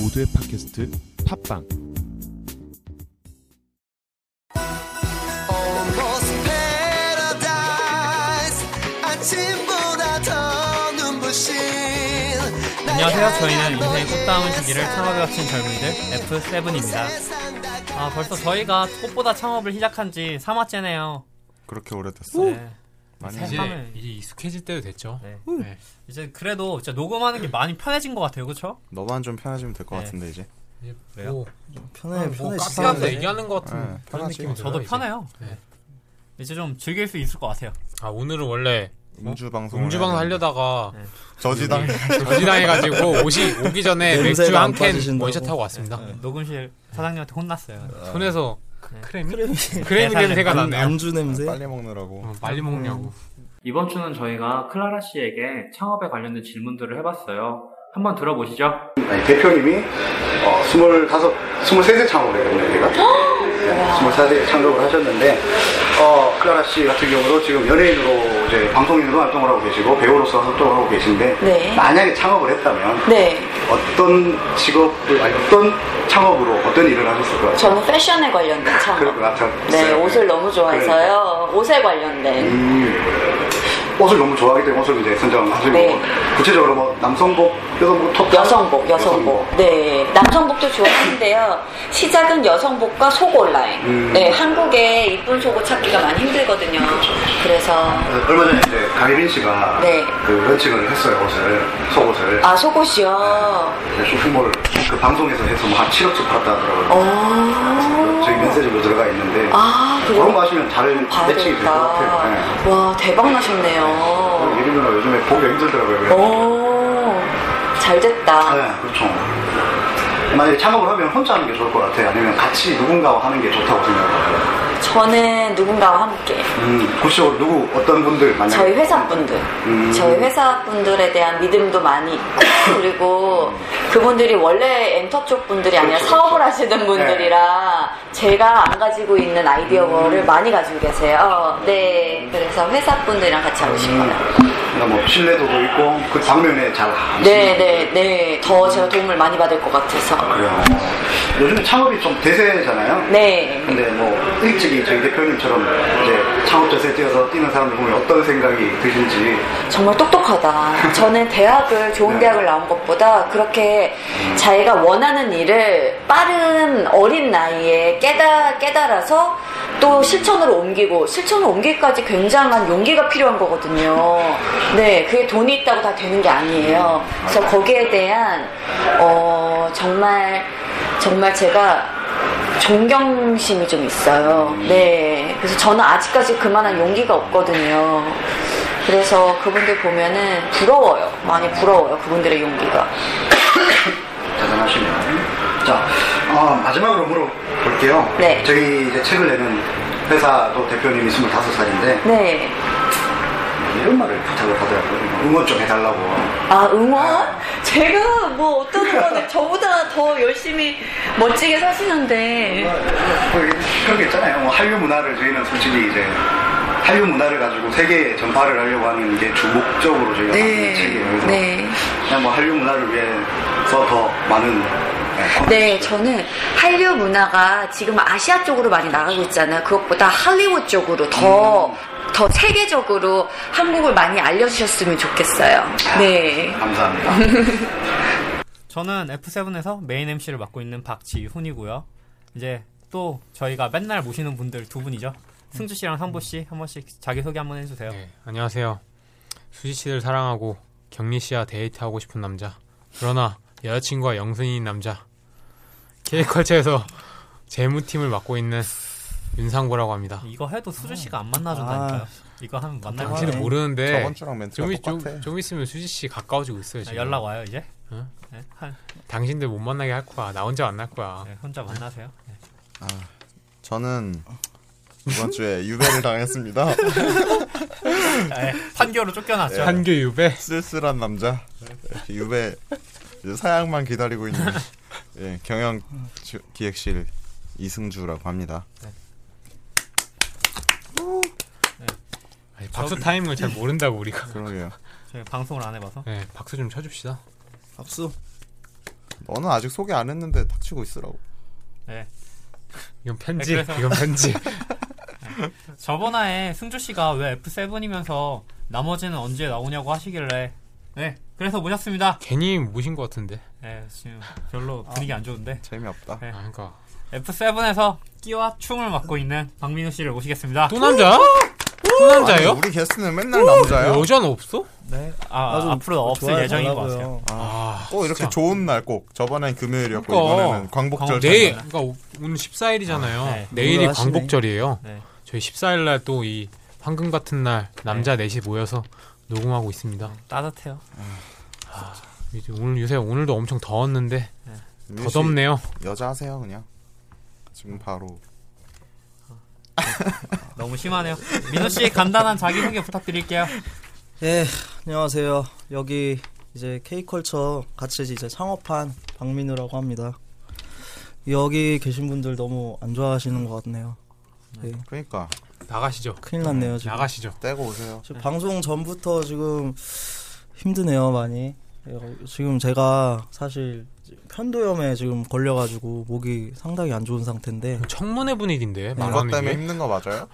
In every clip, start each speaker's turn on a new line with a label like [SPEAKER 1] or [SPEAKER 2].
[SPEAKER 1] 모두의 팟캐스트 팟빵
[SPEAKER 2] Almost paradise 아침보다 더 눈부신
[SPEAKER 3] 안녕하세요. 저희는 인생의 꽃다운 시기를 창업에 바친 젊은이들 F7입니다. 아, 벌써 저희가 꽃보다 창업을 시작한 지 3화째네요.
[SPEAKER 4] 그렇게 오래됐어.
[SPEAKER 3] 네.
[SPEAKER 4] 많이
[SPEAKER 3] 세-
[SPEAKER 5] 이제,
[SPEAKER 3] 하면-
[SPEAKER 5] 이제 익숙해질 때도 됐죠.
[SPEAKER 3] 네.
[SPEAKER 5] 네.
[SPEAKER 3] 이제 그래도 진짜 녹음하는 게 많이 편해진 것 같아요. 그렇죠?
[SPEAKER 4] 너만 좀 편해지면 될 것
[SPEAKER 3] 네.
[SPEAKER 4] 같은데 이제.
[SPEAKER 5] 이제
[SPEAKER 3] 그래요?
[SPEAKER 5] 뭐,
[SPEAKER 4] 편해
[SPEAKER 5] 뭐 카페가서 얘기하는 것 같은
[SPEAKER 4] 네,
[SPEAKER 5] 그런
[SPEAKER 4] 편하지.
[SPEAKER 5] 느낌이 들어요.
[SPEAKER 3] 저도
[SPEAKER 5] 이제.
[SPEAKER 3] 편해요.
[SPEAKER 5] 네.
[SPEAKER 3] 이제 좀 즐길 수 있을 것 같아요.
[SPEAKER 5] 아 오늘은 원래
[SPEAKER 4] 음주 방송.
[SPEAKER 5] 음주방송 하려다가
[SPEAKER 4] 저지당.
[SPEAKER 5] 네. 저지당해가지고 옷이 오기 전에
[SPEAKER 6] 냄새가
[SPEAKER 5] 맥주
[SPEAKER 6] 안
[SPEAKER 5] 한 캔
[SPEAKER 6] 빠지신다고.
[SPEAKER 5] 원샷 하고 왔습니다.
[SPEAKER 3] 네. 녹음실 사장님한테 혼났어요.
[SPEAKER 5] 손에서
[SPEAKER 3] 네.
[SPEAKER 5] 크레미
[SPEAKER 6] 크레미
[SPEAKER 5] 크레미
[SPEAKER 3] 네,
[SPEAKER 5] 냄새가
[SPEAKER 6] 안,
[SPEAKER 5] 나네요.
[SPEAKER 6] 안주 냄새
[SPEAKER 4] 빨리 먹느라고.
[SPEAKER 5] 어, 빨리 먹냐고.
[SPEAKER 7] 이번 주는 저희가 클라라 씨에게 창업에 관련된 질문들을 해봤어요. 한번 들어보시죠.
[SPEAKER 8] 아니, 대표님이 어, 25, 23세 창업을 했거든요, 우리가. 네, 24세 창업을 하셨는데, 어, 클라라 씨 같은 경우도 지금 연예인으로, 이제 방송인으로 활동을 하고 계시고, 배우로서 활동을 하고 계신데,
[SPEAKER 9] 네.
[SPEAKER 8] 만약에 창업을 했다면,
[SPEAKER 9] 네.
[SPEAKER 8] 어떤 직업을, 아니, 어떤 창업으로 어떤 일을 하셨을 것 같아요?
[SPEAKER 9] 저는 패션에 관련된
[SPEAKER 8] 그럴 것
[SPEAKER 9] 창업.
[SPEAKER 8] 같아요.
[SPEAKER 9] 네, 옷을 너무 좋아해서요. 옷에 관련된.
[SPEAKER 8] 음, 옷을 너무 좋아하기 때문에 옷을 이제 선정하시고,
[SPEAKER 9] 네.
[SPEAKER 8] 구체적으로 뭐, 남성복, 여성복, 톱
[SPEAKER 9] 여성복, 여성복. 네, 남성복도 좋아하는데요. 시작은 여성복과 속 온라인.
[SPEAKER 8] 음.
[SPEAKER 9] 네, 한국에 이쁜 속옷 찾기가 많이 힘들거든요. 그래서
[SPEAKER 8] 그래서 얼마 전에 이제 강혜빈 씨가
[SPEAKER 9] 네.
[SPEAKER 8] 그 런칭을 했어요 옷을 속옷을
[SPEAKER 9] 아 속옷이요.
[SPEAKER 8] 그 쇼핑몰 그 방송에서 해서 뭐한 7억씩 팔았다 하더라고요
[SPEAKER 9] 어.
[SPEAKER 8] 저희 면세점으로 들어가 있는데
[SPEAKER 9] 아, 그래요?
[SPEAKER 8] 그런 거 하시면 잘
[SPEAKER 9] 봐야
[SPEAKER 8] 매칭이 될 것 같아요 네.
[SPEAKER 9] 되겠다. 와 대박
[SPEAKER 8] 예.
[SPEAKER 9] 나셨네요.
[SPEAKER 8] 예린 누나 요즘에 보기 힘들더라고요 그래서.
[SPEAKER 9] 오, 잘 됐다.
[SPEAKER 8] 네 그렇죠 만약에 창업을 하면 혼자 하는 게 좋을 것 같아요 아니면 같이 누군가와 하는 게 좋다고 생각해요
[SPEAKER 9] 저는 누군가와 함께.
[SPEAKER 8] 음, 구체적으로 누구 어떤 분들 만약에
[SPEAKER 9] 저희 회사분들,
[SPEAKER 8] 음.
[SPEAKER 9] 저희 회사분들에 대한 믿음도 많이 있고, 그리고 그분들이 원래 엔터 쪽 분들이 아니라
[SPEAKER 8] 그렇죠,
[SPEAKER 9] 사업을
[SPEAKER 8] 그렇죠.
[SPEAKER 9] 하시는 분들이라 제가 안 가지고 있는 아이디어를
[SPEAKER 8] 음.
[SPEAKER 9] 많이 가지고 계세요. 네, 그래서 회사분들이랑 같이
[SPEAKER 8] 음.
[SPEAKER 9] 하고 싶어요.
[SPEAKER 8] 그러니까 뭐 신뢰도도 있고 그 방면에 잘 아시는
[SPEAKER 9] 네, 네, 네. 더 제가 도움을 많이 받을 것 같아서.
[SPEAKER 8] 그래요. 요즘 창업이 좀 대세잖아요.
[SPEAKER 9] 네.
[SPEAKER 8] 근데 뭐 일찍이 저희 대표님처럼 이제 창업 대세 뛰어서 뛰는 사람들 보면 어떤 생각이 드신지
[SPEAKER 9] 정말 똑똑하다. 저는 대학을 좋은
[SPEAKER 8] 네.
[SPEAKER 9] 대학을 나온 것보다 그렇게 자기가 원하는 일을 빠른 어린 나이에 깨달 깨달아서 또 실천으로 옮기고 실천을 옮기기까지 굉장한 용기가 필요한 거거든요. 네, 그게 돈이 있다고 다 되는 게 아니에요. 그래서 거기에 대한 어 정말 정말 제가 존경심이 좀 있어요. 네. 그래서 저는 아직까지 그만한 용기가 없거든요. 그래서 그분들 보면은 부러워요. 많이 부러워요. 그분들의 용기가.
[SPEAKER 8] 대단하시네요. 자, 어, 마지막으로 물어볼게요.
[SPEAKER 9] 네.
[SPEAKER 8] 저희 이제 책을 내는 회사도 대표님이 25살인데
[SPEAKER 9] 네.
[SPEAKER 8] 이런 말을 부탁을 하더라고요. 뭐 응원 좀 해달라고.
[SPEAKER 9] 아, 응원? 제가 뭐 어떤 응원을 저보다 더 열심히 멋지게 사시는데.
[SPEAKER 8] 그런 게 있잖아요. 뭐 한류 문화를 저희는 솔직히 이제 한류 문화를 가지고 세계에 전파를 하려고 하는 게 주목적으로 저희가 만든 책이에요.
[SPEAKER 9] 네.
[SPEAKER 8] 그래서
[SPEAKER 9] 네.
[SPEAKER 8] 그냥 뭐 한류 문화를 위해서 더 많은
[SPEAKER 9] 네, 저는 한류 문화가 지금 아시아 쪽으로 많이 나가고 있잖아요. 그것보다 할리우드 쪽으로 더, 더 세계적으로 한국을 많이 알려주셨으면 좋겠어요. 네.
[SPEAKER 8] 감사합니다.
[SPEAKER 3] 저는 F7에서 메인 MC를 맡고 있는 박지훈이고요. 이제 또 저희가 맨날 모시는 분들 두 분이죠. 승주 씨랑 상보 씨 한 번씩 자기 소개 한번 해주세요.
[SPEAKER 5] 네, 안녕하세요. 수지 씨를 사랑하고 경리 씨와 데이트하고 싶은 남자. 그러나 여자친구와 영순이인 남자. K컬처에서 재무팀을 맡고 있는 윤상보라고 합니다.
[SPEAKER 3] 이거 해도 수주 씨가 안 만나준다니까요. 이거 하면 만나고
[SPEAKER 5] 당신은 아. 모르는데
[SPEAKER 4] 저번 주랑 멘트가
[SPEAKER 5] 네. 좀, 이-
[SPEAKER 4] 똑같아.
[SPEAKER 5] 좀, 좀 있으면 수지 씨 가까워지고 있어요. 지금.
[SPEAKER 3] 네, 연락 와요 이제.
[SPEAKER 5] 응?
[SPEAKER 3] 네, 한-
[SPEAKER 5] 당신들 못 만나게 할 거야. 나 혼자 만날 거야.
[SPEAKER 3] 네, 혼자 만나세요. 네.
[SPEAKER 4] 저는 이번 주에 유배를 당했습니다.
[SPEAKER 5] 아.
[SPEAKER 3] 네, 판교로
[SPEAKER 4] 네.
[SPEAKER 3] 쫓겨났죠.
[SPEAKER 5] 한규 유배.
[SPEAKER 4] 쓸쓸한 남자. 유배 이제 사양만 기다리고 있는 예, 경영 지- 기획실 이승주라고 합니다.
[SPEAKER 5] 아니, 박수 타이밍을 잘 모른다고 우리가.
[SPEAKER 3] 네,
[SPEAKER 4] 그러게요.
[SPEAKER 3] 저희 방송을 안 해봐서.
[SPEAKER 5] 네, 박수 좀 쳐줍시다.
[SPEAKER 6] 박수
[SPEAKER 4] 너는 아직 소개 안 했는데 닥치고 있으라고.
[SPEAKER 3] 네.
[SPEAKER 5] 이건 편지.
[SPEAKER 3] 네, 그래서-
[SPEAKER 5] 이건 편지.
[SPEAKER 3] 저번화에 승주 씨가 왜 F7이면서 나머지는 언제 나오냐고 하시길래 네 그래서 모셨습니다.
[SPEAKER 5] 괜히 모신 것 같은데.
[SPEAKER 3] 네 지금 별로 분위기 안 좋은데
[SPEAKER 4] 재미없다.
[SPEAKER 3] 네.
[SPEAKER 5] 아, 그러니까
[SPEAKER 3] F7에서 끼와 춤을 맡고 있는 박민우 씨를 모시겠습니다.
[SPEAKER 5] 또 남자? 또
[SPEAKER 4] 아니,
[SPEAKER 5] 남자요?
[SPEAKER 4] 우리 게스트는 맨날 남자야.
[SPEAKER 5] 여자는 없어?
[SPEAKER 6] 네.
[SPEAKER 3] 아,
[SPEAKER 6] 아주
[SPEAKER 3] 앞으로 없을
[SPEAKER 6] 좋아요,
[SPEAKER 3] 예정인 것
[SPEAKER 6] 잘하고요.
[SPEAKER 3] 같아요.
[SPEAKER 5] 아,
[SPEAKER 4] 꼭 이렇게
[SPEAKER 5] 진짜.
[SPEAKER 4] 좋은 날 꼭. 저번엔 금요일이었고
[SPEAKER 5] 그러니까.
[SPEAKER 4] 이번에는 광복절.
[SPEAKER 5] 내일
[SPEAKER 4] 때문에.
[SPEAKER 5] 그러니까 오- 오늘 14일이잖아요.
[SPEAKER 3] 네.
[SPEAKER 5] 내일이
[SPEAKER 6] 오늘 하시네.
[SPEAKER 5] 광복절이에요.
[SPEAKER 3] 네.
[SPEAKER 5] 저희 14일 날 또 이 황금 같은 날 남자
[SPEAKER 3] 네.
[SPEAKER 5] 넷이 모여서 녹음하고 있습니다.
[SPEAKER 3] 따뜻해요.
[SPEAKER 5] 이제 오늘 요새 오늘도 엄청 더웠는데
[SPEAKER 4] 민우 씨,
[SPEAKER 5] 덧없네요.
[SPEAKER 4] 여자 하세요 그냥. 지금 바로.
[SPEAKER 3] 너무 심하네요. 민우 씨 간단한 자기소개 부탁드릴게요.
[SPEAKER 6] 예, 안녕하세요. 여기 이제 K컬처 같이 이제 창업한 박민우라고 합니다. 여기 계신 분들 너무 안 좋아하시는 것 같네요. 예,
[SPEAKER 4] 그러니까
[SPEAKER 5] 나가시죠.
[SPEAKER 6] 큰일 났네요 지금.
[SPEAKER 5] 나가시죠.
[SPEAKER 4] 떼고 오세요.
[SPEAKER 6] 지금 방송 전부터 지금 힘드네요 많이. 예, 어, 지금 제가 사실 편도염에 지금 걸려가지고 목이 상당히 안 좋은 상태인데.
[SPEAKER 5] 어, 청문회 분위기인데
[SPEAKER 4] 네, 그것
[SPEAKER 5] 말하는
[SPEAKER 4] 때문에
[SPEAKER 5] 게
[SPEAKER 4] 힘든 거 맞아요?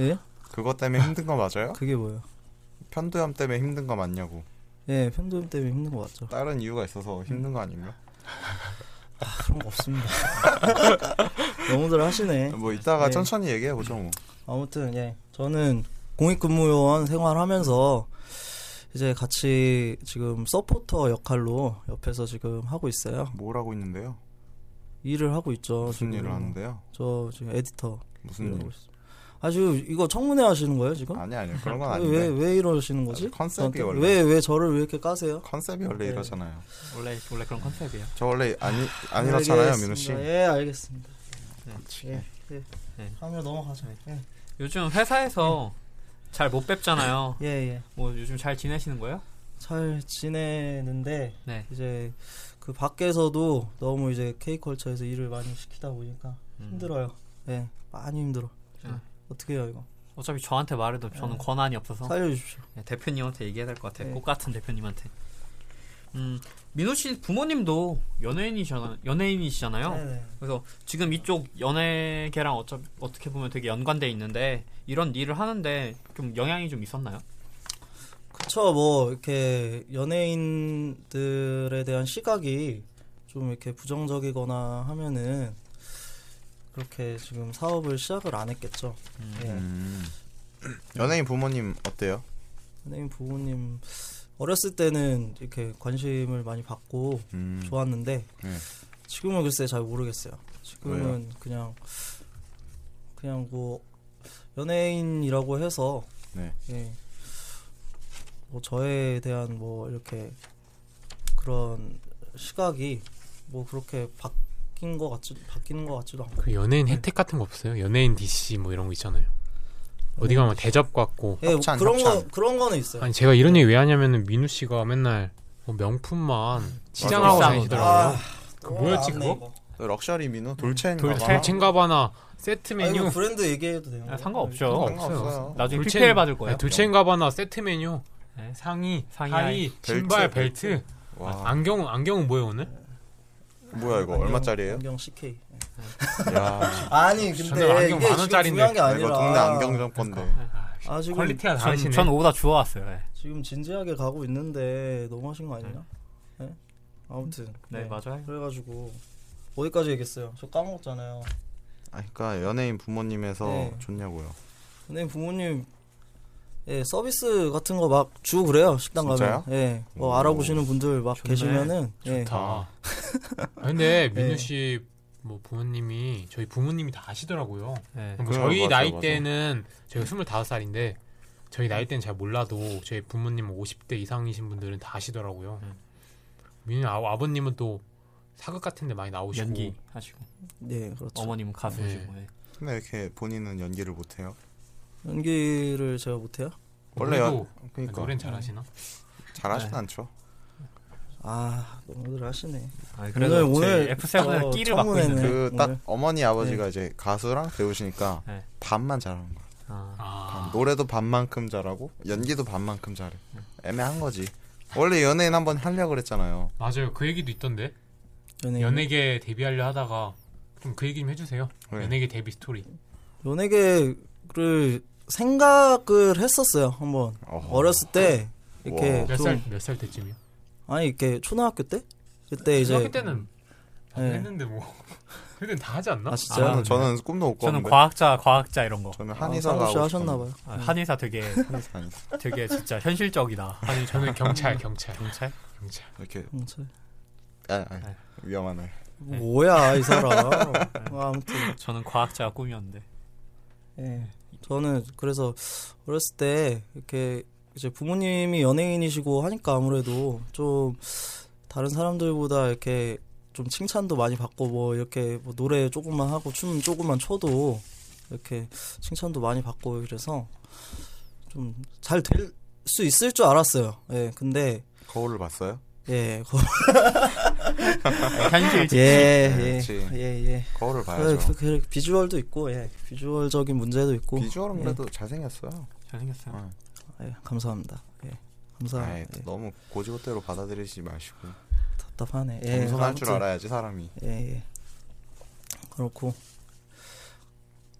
[SPEAKER 6] 예?
[SPEAKER 4] 그것 때문에 힘든 거 맞아요?
[SPEAKER 6] 그게 뭐예요?
[SPEAKER 4] 편도염 때문에 힘든 거 맞냐고.
[SPEAKER 6] 예, 편도염 때문에 힘든 것 같죠.
[SPEAKER 4] 다른 이유가 있어서 힘든 거 아닌가?
[SPEAKER 6] 그런 거 없습니다. 너무들 하시네.
[SPEAKER 4] 뭐 이따가
[SPEAKER 6] 네.
[SPEAKER 4] 천천히 얘기해 보죠 뭐.
[SPEAKER 6] 아무튼 예 저는 공익근무요원 생활하면서 이제 같이 지금 서포터 역할로 옆에서 지금 하고 있어요.
[SPEAKER 4] 뭘 하고 있는데요?
[SPEAKER 6] 일을 하고 있죠.
[SPEAKER 4] 무슨
[SPEAKER 6] 지금.
[SPEAKER 4] 일을 하는데요?
[SPEAKER 6] 저 지금 에디터
[SPEAKER 4] 무슨
[SPEAKER 6] 일하고
[SPEAKER 4] 일?
[SPEAKER 6] 있어요. 아 지금 이거 청문회 하시는 거예요 지금?
[SPEAKER 4] 아니 아니 그런 건
[SPEAKER 6] 왜 왜
[SPEAKER 4] 아닌데.
[SPEAKER 6] 이러시는 거지?
[SPEAKER 4] 컨셉이 원래.
[SPEAKER 6] 왜왜 저를 왜 이렇게 까세요?
[SPEAKER 4] 컨셉이 원래
[SPEAKER 6] 네.
[SPEAKER 4] 이러잖아요.
[SPEAKER 3] 원래 원래 그런 컨셉이에요.
[SPEAKER 4] 저 원래 아니 아니렇잖아요 민우 씨. 아,
[SPEAKER 6] 알겠습니다. 예 알겠습니다. 예, 예.
[SPEAKER 3] 네.
[SPEAKER 6] 다음으로 넘어가죠. 예.
[SPEAKER 3] 요즘 회사에서 잘 못 뵙잖아요.
[SPEAKER 6] 예 예.
[SPEAKER 3] 뭐 요즘 잘 지내시는 거예요?
[SPEAKER 6] 잘 지내는데
[SPEAKER 3] 네.
[SPEAKER 6] 이제 그 밖에서도 너무 이제 K컬처에서 일을 많이 시키다 보니까
[SPEAKER 3] 음.
[SPEAKER 6] 힘들어요. 예, 많이 힘들어. 네.
[SPEAKER 3] 음.
[SPEAKER 6] 어떻게 해요 이거?
[SPEAKER 3] 어차피 저한테 말해도 저는 권한이 없어서
[SPEAKER 6] 살려주십시오.
[SPEAKER 3] 네, 대표님한테 얘기해야 될 것 같아요.
[SPEAKER 6] 네.
[SPEAKER 3] 꽃 같은 대표님한테. 음, 민호 씨 부모님도 연예인이잖아요. 연예인이시잖아요.
[SPEAKER 6] 네네.
[SPEAKER 3] 그래서 지금 이쪽 연예계랑 어차, 어떻게 보면 되게 연관돼 있는데 이런 일을 하는데 좀 영향이 좀 있었나요?
[SPEAKER 6] 그쵸 뭐 이렇게 연예인들에 대한 시각이 좀 이렇게 부정적이거나 하면은 그렇게 지금 사업을 시작을 안 했겠죠. 예.
[SPEAKER 4] 음. 연예인 부모님 어때요?
[SPEAKER 6] 선생님 부모님 어렸을 때는 이렇게 관심을 많이 받고
[SPEAKER 4] 음.
[SPEAKER 6] 좋았는데
[SPEAKER 4] 네.
[SPEAKER 6] 지금은 글쎄 잘 모르겠어요. 지금은 그냥 그냥 뭐 연예인이라고 해서
[SPEAKER 4] 네.
[SPEAKER 6] 예. 뭐 저에 대한 뭐 이렇게 그런 시각이 뭐 그렇게 바뀐 것 같지 바뀌는 것 같지도 않고
[SPEAKER 5] 그 연예인 혜택 같은 거 없어요? 연예인 DC 뭐 이런 거 있잖아요. 어디 가면
[SPEAKER 4] 네.
[SPEAKER 5] 대접 갖고
[SPEAKER 6] 예, 뭐
[SPEAKER 4] 협찬,
[SPEAKER 6] 그런 거
[SPEAKER 4] 협찬.
[SPEAKER 6] 그런 거는 있어요.
[SPEAKER 5] 아니 제가 이런 얘기 왜 하냐면은 민우 씨가 맨날 뭐 명품만 치장하고
[SPEAKER 3] 맞아.
[SPEAKER 5] 다니시더라고요.
[SPEAKER 6] 그
[SPEAKER 5] 뭐였지, 그거?
[SPEAKER 4] 럭셔리 민우 돌체인가 봐.
[SPEAKER 5] 돌체 챙가바나 세트
[SPEAKER 6] 아, 이거
[SPEAKER 5] 메뉴
[SPEAKER 6] 브랜드 얘기해도 돼요.
[SPEAKER 3] 아, 상관없죠.
[SPEAKER 4] 상관없어요.
[SPEAKER 3] 나중에 PPL 받을 거예요.
[SPEAKER 5] 음, 아니, 돌체인가바나 세트 메뉴
[SPEAKER 3] 네.
[SPEAKER 5] 상의,
[SPEAKER 3] 상의,
[SPEAKER 5] 하의, 신발,
[SPEAKER 4] 벨트, 아.
[SPEAKER 5] 벨트,
[SPEAKER 4] 와
[SPEAKER 5] 안경 안경은 뭐예요 오늘?
[SPEAKER 4] 뭐야 이거 얼마짜리예요?
[SPEAKER 6] 안경 CK.
[SPEAKER 4] 야
[SPEAKER 6] 아니
[SPEAKER 5] 저는
[SPEAKER 6] 근데
[SPEAKER 5] 안경
[SPEAKER 6] 이게
[SPEAKER 5] 만
[SPEAKER 6] 지금
[SPEAKER 5] 원짜리인데.
[SPEAKER 6] 중요한 게 아니라
[SPEAKER 4] 이거 동네 안경점 건데.
[SPEAKER 6] 아, 지금
[SPEAKER 5] 퀄리티가
[SPEAKER 3] 전,
[SPEAKER 5] 다르시네.
[SPEAKER 3] 전 오다 주워왔어요. 네,
[SPEAKER 6] 지금 진지하게 가고 있는데 너무 하신 거 아니냐? 네? 아무튼
[SPEAKER 3] 네, 맞아요.
[SPEAKER 6] 그래가지고 어디까지 얘기했어요? 저 까먹었잖아요.
[SPEAKER 4] 아 그러니까 연예인 부모님에서
[SPEAKER 6] 네.
[SPEAKER 4] 좋냐고요.
[SPEAKER 6] 근데 부모님 예, 서비스 같은 거 막 주고 그래요 식당
[SPEAKER 4] 진짜요?
[SPEAKER 6] 가면 예, 뭐
[SPEAKER 4] 오.
[SPEAKER 6] 알아보시는 분들 막
[SPEAKER 3] 좋네.
[SPEAKER 6] 계시면은 예,
[SPEAKER 5] 다. 아, 근데 민우
[SPEAKER 6] 네.
[SPEAKER 5] 씨 뭐 부모님이 저희 부모님이 다 아시더라고요.
[SPEAKER 3] 네.
[SPEAKER 5] 뭐
[SPEAKER 4] 그래요,
[SPEAKER 5] 저희
[SPEAKER 4] 맞아요,
[SPEAKER 5] 나이
[SPEAKER 4] 맞아요.
[SPEAKER 5] 때는 저희 25살인데 저희 나이 때는 잘 몰라도 저희 부모님 뭐 50대 이상이신 분들은 다 아시더라고요.
[SPEAKER 4] 음.
[SPEAKER 5] 민우 아, 아버님은 또 사극 같은 데 많이 나오시고
[SPEAKER 3] 연기 하시고
[SPEAKER 6] 네 그렇죠.
[SPEAKER 3] 어머님은 가수시고 네.
[SPEAKER 4] 근데 왜 이렇게 본인은 연기를 못해요?
[SPEAKER 6] 연기를 제가 못해요?
[SPEAKER 4] 원래 연
[SPEAKER 5] 노래도- 아,
[SPEAKER 4] 그러니까
[SPEAKER 5] 노래는 잘하시나?
[SPEAKER 4] 잘하진 않죠.
[SPEAKER 6] 아 너무들 하시네.
[SPEAKER 3] 아, 그래서 오늘 아, F7을 끼를 맡고
[SPEAKER 6] 청문회는
[SPEAKER 3] 있는데
[SPEAKER 4] 그 딱
[SPEAKER 6] 오늘-
[SPEAKER 4] 어머니 아버지가 이제 가수랑 배우시니까
[SPEAKER 3] 네.
[SPEAKER 4] 반만 잘하는 거야.
[SPEAKER 3] 아,
[SPEAKER 5] 아,
[SPEAKER 4] 노래도 반만큼 잘하고 연기도 반만큼 잘해. 애매한 거지. 원래 연예인 한번 하려고 그랬잖아요.
[SPEAKER 5] 맞아요. 그 얘기도 있던데.
[SPEAKER 6] 연예인.
[SPEAKER 5] 연예계 데뷔하려 하다가 좀 그 얘기 좀 해주세요.
[SPEAKER 4] 네.
[SPEAKER 5] 연예계 데뷔 스토리.
[SPEAKER 6] 연예계를 생각을 했었어요 한번
[SPEAKER 4] 어허.
[SPEAKER 6] 어렸을 때
[SPEAKER 4] 어,
[SPEAKER 6] 이렇게
[SPEAKER 5] 몇
[SPEAKER 6] 좀
[SPEAKER 5] 살 몇 살 때쯤이요?
[SPEAKER 6] 아니 이렇게 초등학교 때 그때 이제
[SPEAKER 5] 중학교 때는 안
[SPEAKER 6] 네.
[SPEAKER 5] 했는데 뭐 그때는 다 하지 않나?
[SPEAKER 6] 아 진짜요?
[SPEAKER 4] 저는, 저는 꿈도 못
[SPEAKER 3] 저는
[SPEAKER 4] 꿨는데.
[SPEAKER 3] 과학자, 과학자 이런 거.
[SPEAKER 4] 저는
[SPEAKER 6] 아,
[SPEAKER 4] 한의사가
[SPEAKER 6] 상우 씨
[SPEAKER 4] 하고
[SPEAKER 6] 하셨나 봐요.
[SPEAKER 5] 음.
[SPEAKER 3] 아, 한의사 되게,
[SPEAKER 4] 한의사, 한의사.
[SPEAKER 3] 되게 진짜 현실적이다.
[SPEAKER 5] 아니 저는 경찰 경찰
[SPEAKER 3] 경찰?
[SPEAKER 5] 경찰.
[SPEAKER 4] 이렇게
[SPEAKER 6] 음, 저-
[SPEAKER 4] 아, 아, 위험하네.
[SPEAKER 6] 뭐야 이 사람. 아, 아무튼
[SPEAKER 3] 저는 과학자가 꿈이었는데.
[SPEAKER 6] 예. 저는 그래서 어렸을 때 이렇게 이제 부모님이 연예인이시고 하니까 아무래도 좀 다른 사람들보다 이렇게 좀 칭찬도 많이 받고 뭐 이렇게 뭐 노래 조금만 하고 춤 조금만 춰도 이렇게 칭찬도 많이 받고 그래서 좀 잘 될 수 있을 줄 알았어요. 예. 근데
[SPEAKER 4] 거울을 봤어요?
[SPEAKER 6] 예.
[SPEAKER 3] 현실
[SPEAKER 6] 예. 예.
[SPEAKER 4] 그렇지.
[SPEAKER 6] 예. 예.
[SPEAKER 4] 거울을
[SPEAKER 6] 그,
[SPEAKER 4] 봐야죠.
[SPEAKER 6] 그, 그 비주얼도 있고 예. 비주얼적인 문제도 있고
[SPEAKER 4] 비주얼은 그래도 잘생겼어요.
[SPEAKER 3] 잘생겼어요.
[SPEAKER 6] 예, 감사합니다. 예,
[SPEAKER 4] 아이,
[SPEAKER 6] 감사합니다.
[SPEAKER 4] 또 너무 고지고대로 받아들이지 마시고
[SPEAKER 6] 답답하네. 예,
[SPEAKER 4] 겸손할 줄
[SPEAKER 6] 아무튼,
[SPEAKER 4] 알아야지 사람이.
[SPEAKER 6] 예, 예. 그렇고,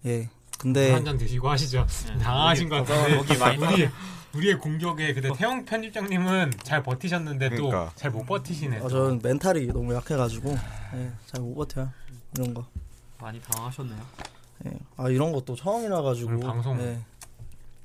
[SPEAKER 6] 예. 근데
[SPEAKER 5] 한 잔 드시고 하시죠.
[SPEAKER 4] 네.
[SPEAKER 5] 당하신 것 같은데.
[SPEAKER 3] 목이 많이
[SPEAKER 5] 우리 우리의 공격에 근데 태영 편집장님은 잘 버티셨는데
[SPEAKER 4] 그러니까.
[SPEAKER 5] 또 잘 못 버티시네.
[SPEAKER 6] 아, 저는 멘탈이 너무 약해가지고 예, 잘 못 버텨요. 이런 거.
[SPEAKER 3] 많이 당황하셨네요.
[SPEAKER 6] 예. 아 이런 것도 처음이라 가지고.
[SPEAKER 5] 오늘 방송.
[SPEAKER 6] 예.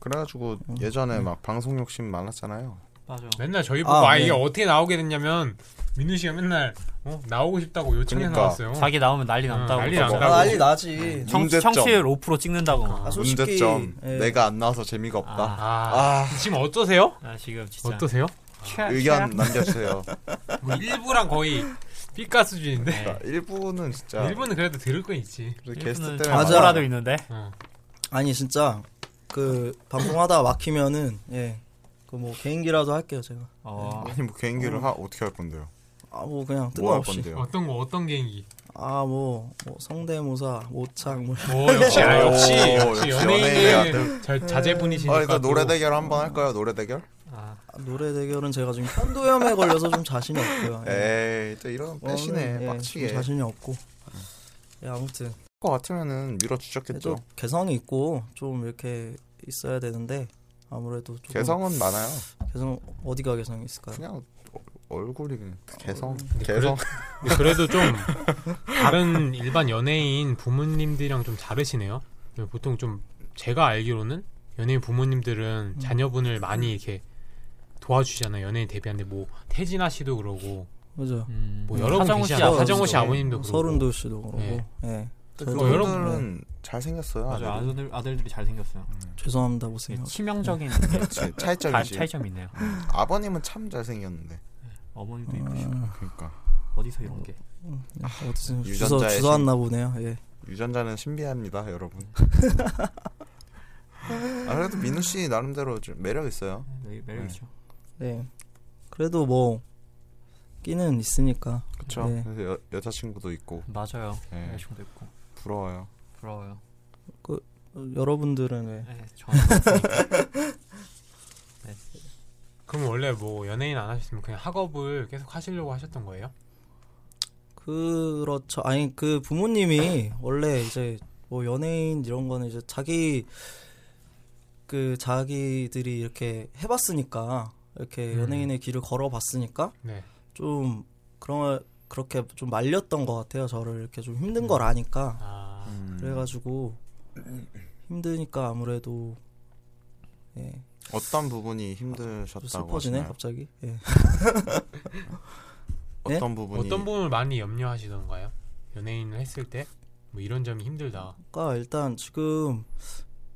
[SPEAKER 4] 그래가지고
[SPEAKER 6] 어,
[SPEAKER 4] 예전에
[SPEAKER 6] 네.
[SPEAKER 4] 막 방송 욕심 많았잖아요.
[SPEAKER 3] 맞아.
[SPEAKER 5] 맨날 저희 보고
[SPEAKER 6] 아,
[SPEAKER 5] 아,
[SPEAKER 6] 네.
[SPEAKER 5] 이게 어떻게 나오게 됐냐면 민우 씨가 맨날 어, 나오고 싶다고 요청해
[SPEAKER 4] 그러니까.
[SPEAKER 5] 나왔어요.
[SPEAKER 3] 자기 나오면 난리
[SPEAKER 5] 어,
[SPEAKER 3] 난다고.
[SPEAKER 5] 난리
[SPEAKER 3] 저거.
[SPEAKER 6] 아,
[SPEAKER 5] 난다고. 네.
[SPEAKER 6] 난리 나지.
[SPEAKER 3] 청,
[SPEAKER 4] 문제점.
[SPEAKER 3] 청취율 5% 찍는다고.
[SPEAKER 6] 아, 솔직히
[SPEAKER 4] 문제점 네.
[SPEAKER 6] 예.
[SPEAKER 4] 내가 안 나와서 재미가 없다.
[SPEAKER 5] 아, 지금 어떠세요?
[SPEAKER 3] 아, 지금 진짜.
[SPEAKER 5] 어떠세요?
[SPEAKER 3] 최악,
[SPEAKER 4] 의견 남겨주세요.
[SPEAKER 6] 네.
[SPEAKER 5] 우리 일부랑 거의 삐까 수준인데
[SPEAKER 4] 그러니까 일부는 진짜
[SPEAKER 5] 일부는 그래도 들을 건 있지.
[SPEAKER 4] 그래서 게스트
[SPEAKER 3] 게스트
[SPEAKER 4] 때문에
[SPEAKER 6] 맞아.
[SPEAKER 3] 정보라도 있는데.
[SPEAKER 5] 어.
[SPEAKER 6] 아니 진짜 그 방송하다 막히면은 예. 그 뭐 개인기라도 할게요 제가.
[SPEAKER 3] 어.
[SPEAKER 4] 많이- 아니 뭐 개인기를 하 어떻게 할 건데요?
[SPEAKER 6] 아 뭐 그냥
[SPEAKER 4] 뭐 할
[SPEAKER 6] 뜬금없이.
[SPEAKER 4] 건데요?
[SPEAKER 5] 어떤 거 어떤 개인기?
[SPEAKER 6] 아 뭐 뭐 성대모사, 모창 뭐.
[SPEAKER 5] 오 역시 아, 역시
[SPEAKER 4] 오, 역시
[SPEAKER 5] 역시 연예인의
[SPEAKER 4] 연예인이야.
[SPEAKER 5] 잘 자제분이시니까.
[SPEAKER 4] 아 일단 노래
[SPEAKER 5] 또.
[SPEAKER 4] 대결 한번 할까요? 노래 대결?
[SPEAKER 6] 아, 노래 대결은 제가 지금 편도염에 걸려서 좀 자신이 없고요. 예.
[SPEAKER 4] 에이 또 이런 거 빼시네
[SPEAKER 6] 예,
[SPEAKER 4] 빡치게.
[SPEAKER 6] 좀 자신이 없고. 예, 아무튼
[SPEAKER 4] 것 같으면은
[SPEAKER 6] 네, 좀
[SPEAKER 4] 밀어주셨겠죠.
[SPEAKER 6] 개성이 있고 좀 이렇게 있어야 되는데 아무래도 조금
[SPEAKER 4] 개성은 많아요.
[SPEAKER 6] 개성 어디가 개성이 있을까요?
[SPEAKER 4] 그냥 어- 얼굴이 그냥 개성
[SPEAKER 5] 근데
[SPEAKER 4] 개성
[SPEAKER 5] 근데 그래도 좀 다른 일반 연예인 부모님들이랑 좀 다르시네요. 보통 좀 제가 알기로는 연예인 부모님들은 자녀분을 많이 이렇게 도와주시잖아요. 연예인 데뷔하는데 뭐 태진아 씨도 그러고
[SPEAKER 6] 그죠?
[SPEAKER 5] 뭐 여러 분
[SPEAKER 3] 하정우
[SPEAKER 5] 계시잖아요.
[SPEAKER 6] 씨하고
[SPEAKER 5] 하정우 씨
[SPEAKER 6] 예,
[SPEAKER 5] 아버님도 그러고
[SPEAKER 6] 서른도 씨도 그러고.
[SPEAKER 5] 예.
[SPEAKER 6] 예.
[SPEAKER 5] 뭐 여러-
[SPEAKER 4] 그분들은 잘 생겼어요.
[SPEAKER 3] 맞아.
[SPEAKER 4] 아주
[SPEAKER 3] 아들, 아들들이 잘생겼어요.
[SPEAKER 6] 죄송합니다 못생겨.
[SPEAKER 3] 치명적인 다-
[SPEAKER 4] 차이점이지.
[SPEAKER 3] 차이점이 있네요.
[SPEAKER 4] 아버님은 참 잘생겼는데.
[SPEAKER 3] 어머니도 이쁘시고.
[SPEAKER 4] 그러니까
[SPEAKER 3] 어디서 이런 게.
[SPEAKER 6] 예, 어쨌든 주소
[SPEAKER 4] 유전자의
[SPEAKER 6] 주소 왔나 보네요. 예.
[SPEAKER 4] 유전자는 신비합니다, 여러분. 아, 그래도 민우 씨 나름대로 좀 매력 있어요.
[SPEAKER 3] 네, 매력 있죠.
[SPEAKER 6] 예. 그래도 뭐 끼는 있으니까.
[SPEAKER 4] 그렇죠.
[SPEAKER 6] 네.
[SPEAKER 4] 그래서 여, 여자친구도 있고
[SPEAKER 3] 맞아요.
[SPEAKER 4] 네.
[SPEAKER 3] 여자친구도 있고.
[SPEAKER 4] 부러워요.
[SPEAKER 3] 부러워요.
[SPEAKER 6] 어, 여러분들은 왜?
[SPEAKER 3] 네, 저는
[SPEAKER 5] 그럼 원래 뭐 연예인 안 하셨으면 그냥 학업을 계속 하시려고 하셨던 거예요?
[SPEAKER 6] 그렇죠. 아니 그 부모님이 원래 이제 뭐 연예인 이런 거는 이제 자기 그 자기들이 이렇게 해봤으니까 이렇게
[SPEAKER 5] 음.
[SPEAKER 6] 연예인의 길을 걸어봤으니까
[SPEAKER 5] 네.
[SPEAKER 6] 좀 그런 걸 그렇게 좀 말렸던 것 같아요. 저를 이렇게 좀
[SPEAKER 4] 음.
[SPEAKER 6] 힘든 걸 아니까
[SPEAKER 5] 아
[SPEAKER 6] 그래가지고 힘드니까 아무래도 예,
[SPEAKER 4] 어떤 부분이
[SPEAKER 6] 좀
[SPEAKER 4] 힘드셨다고
[SPEAKER 6] 슬퍼지네
[SPEAKER 4] 하시나요?
[SPEAKER 6] 갑자기. 예. 네?
[SPEAKER 4] 어떤 부분이
[SPEAKER 5] 어떤 부분을 많이 염려하시던가요? 연예인을 했을 때 뭐 이런 점이 힘들다.
[SPEAKER 6] 그러니까 일단 지금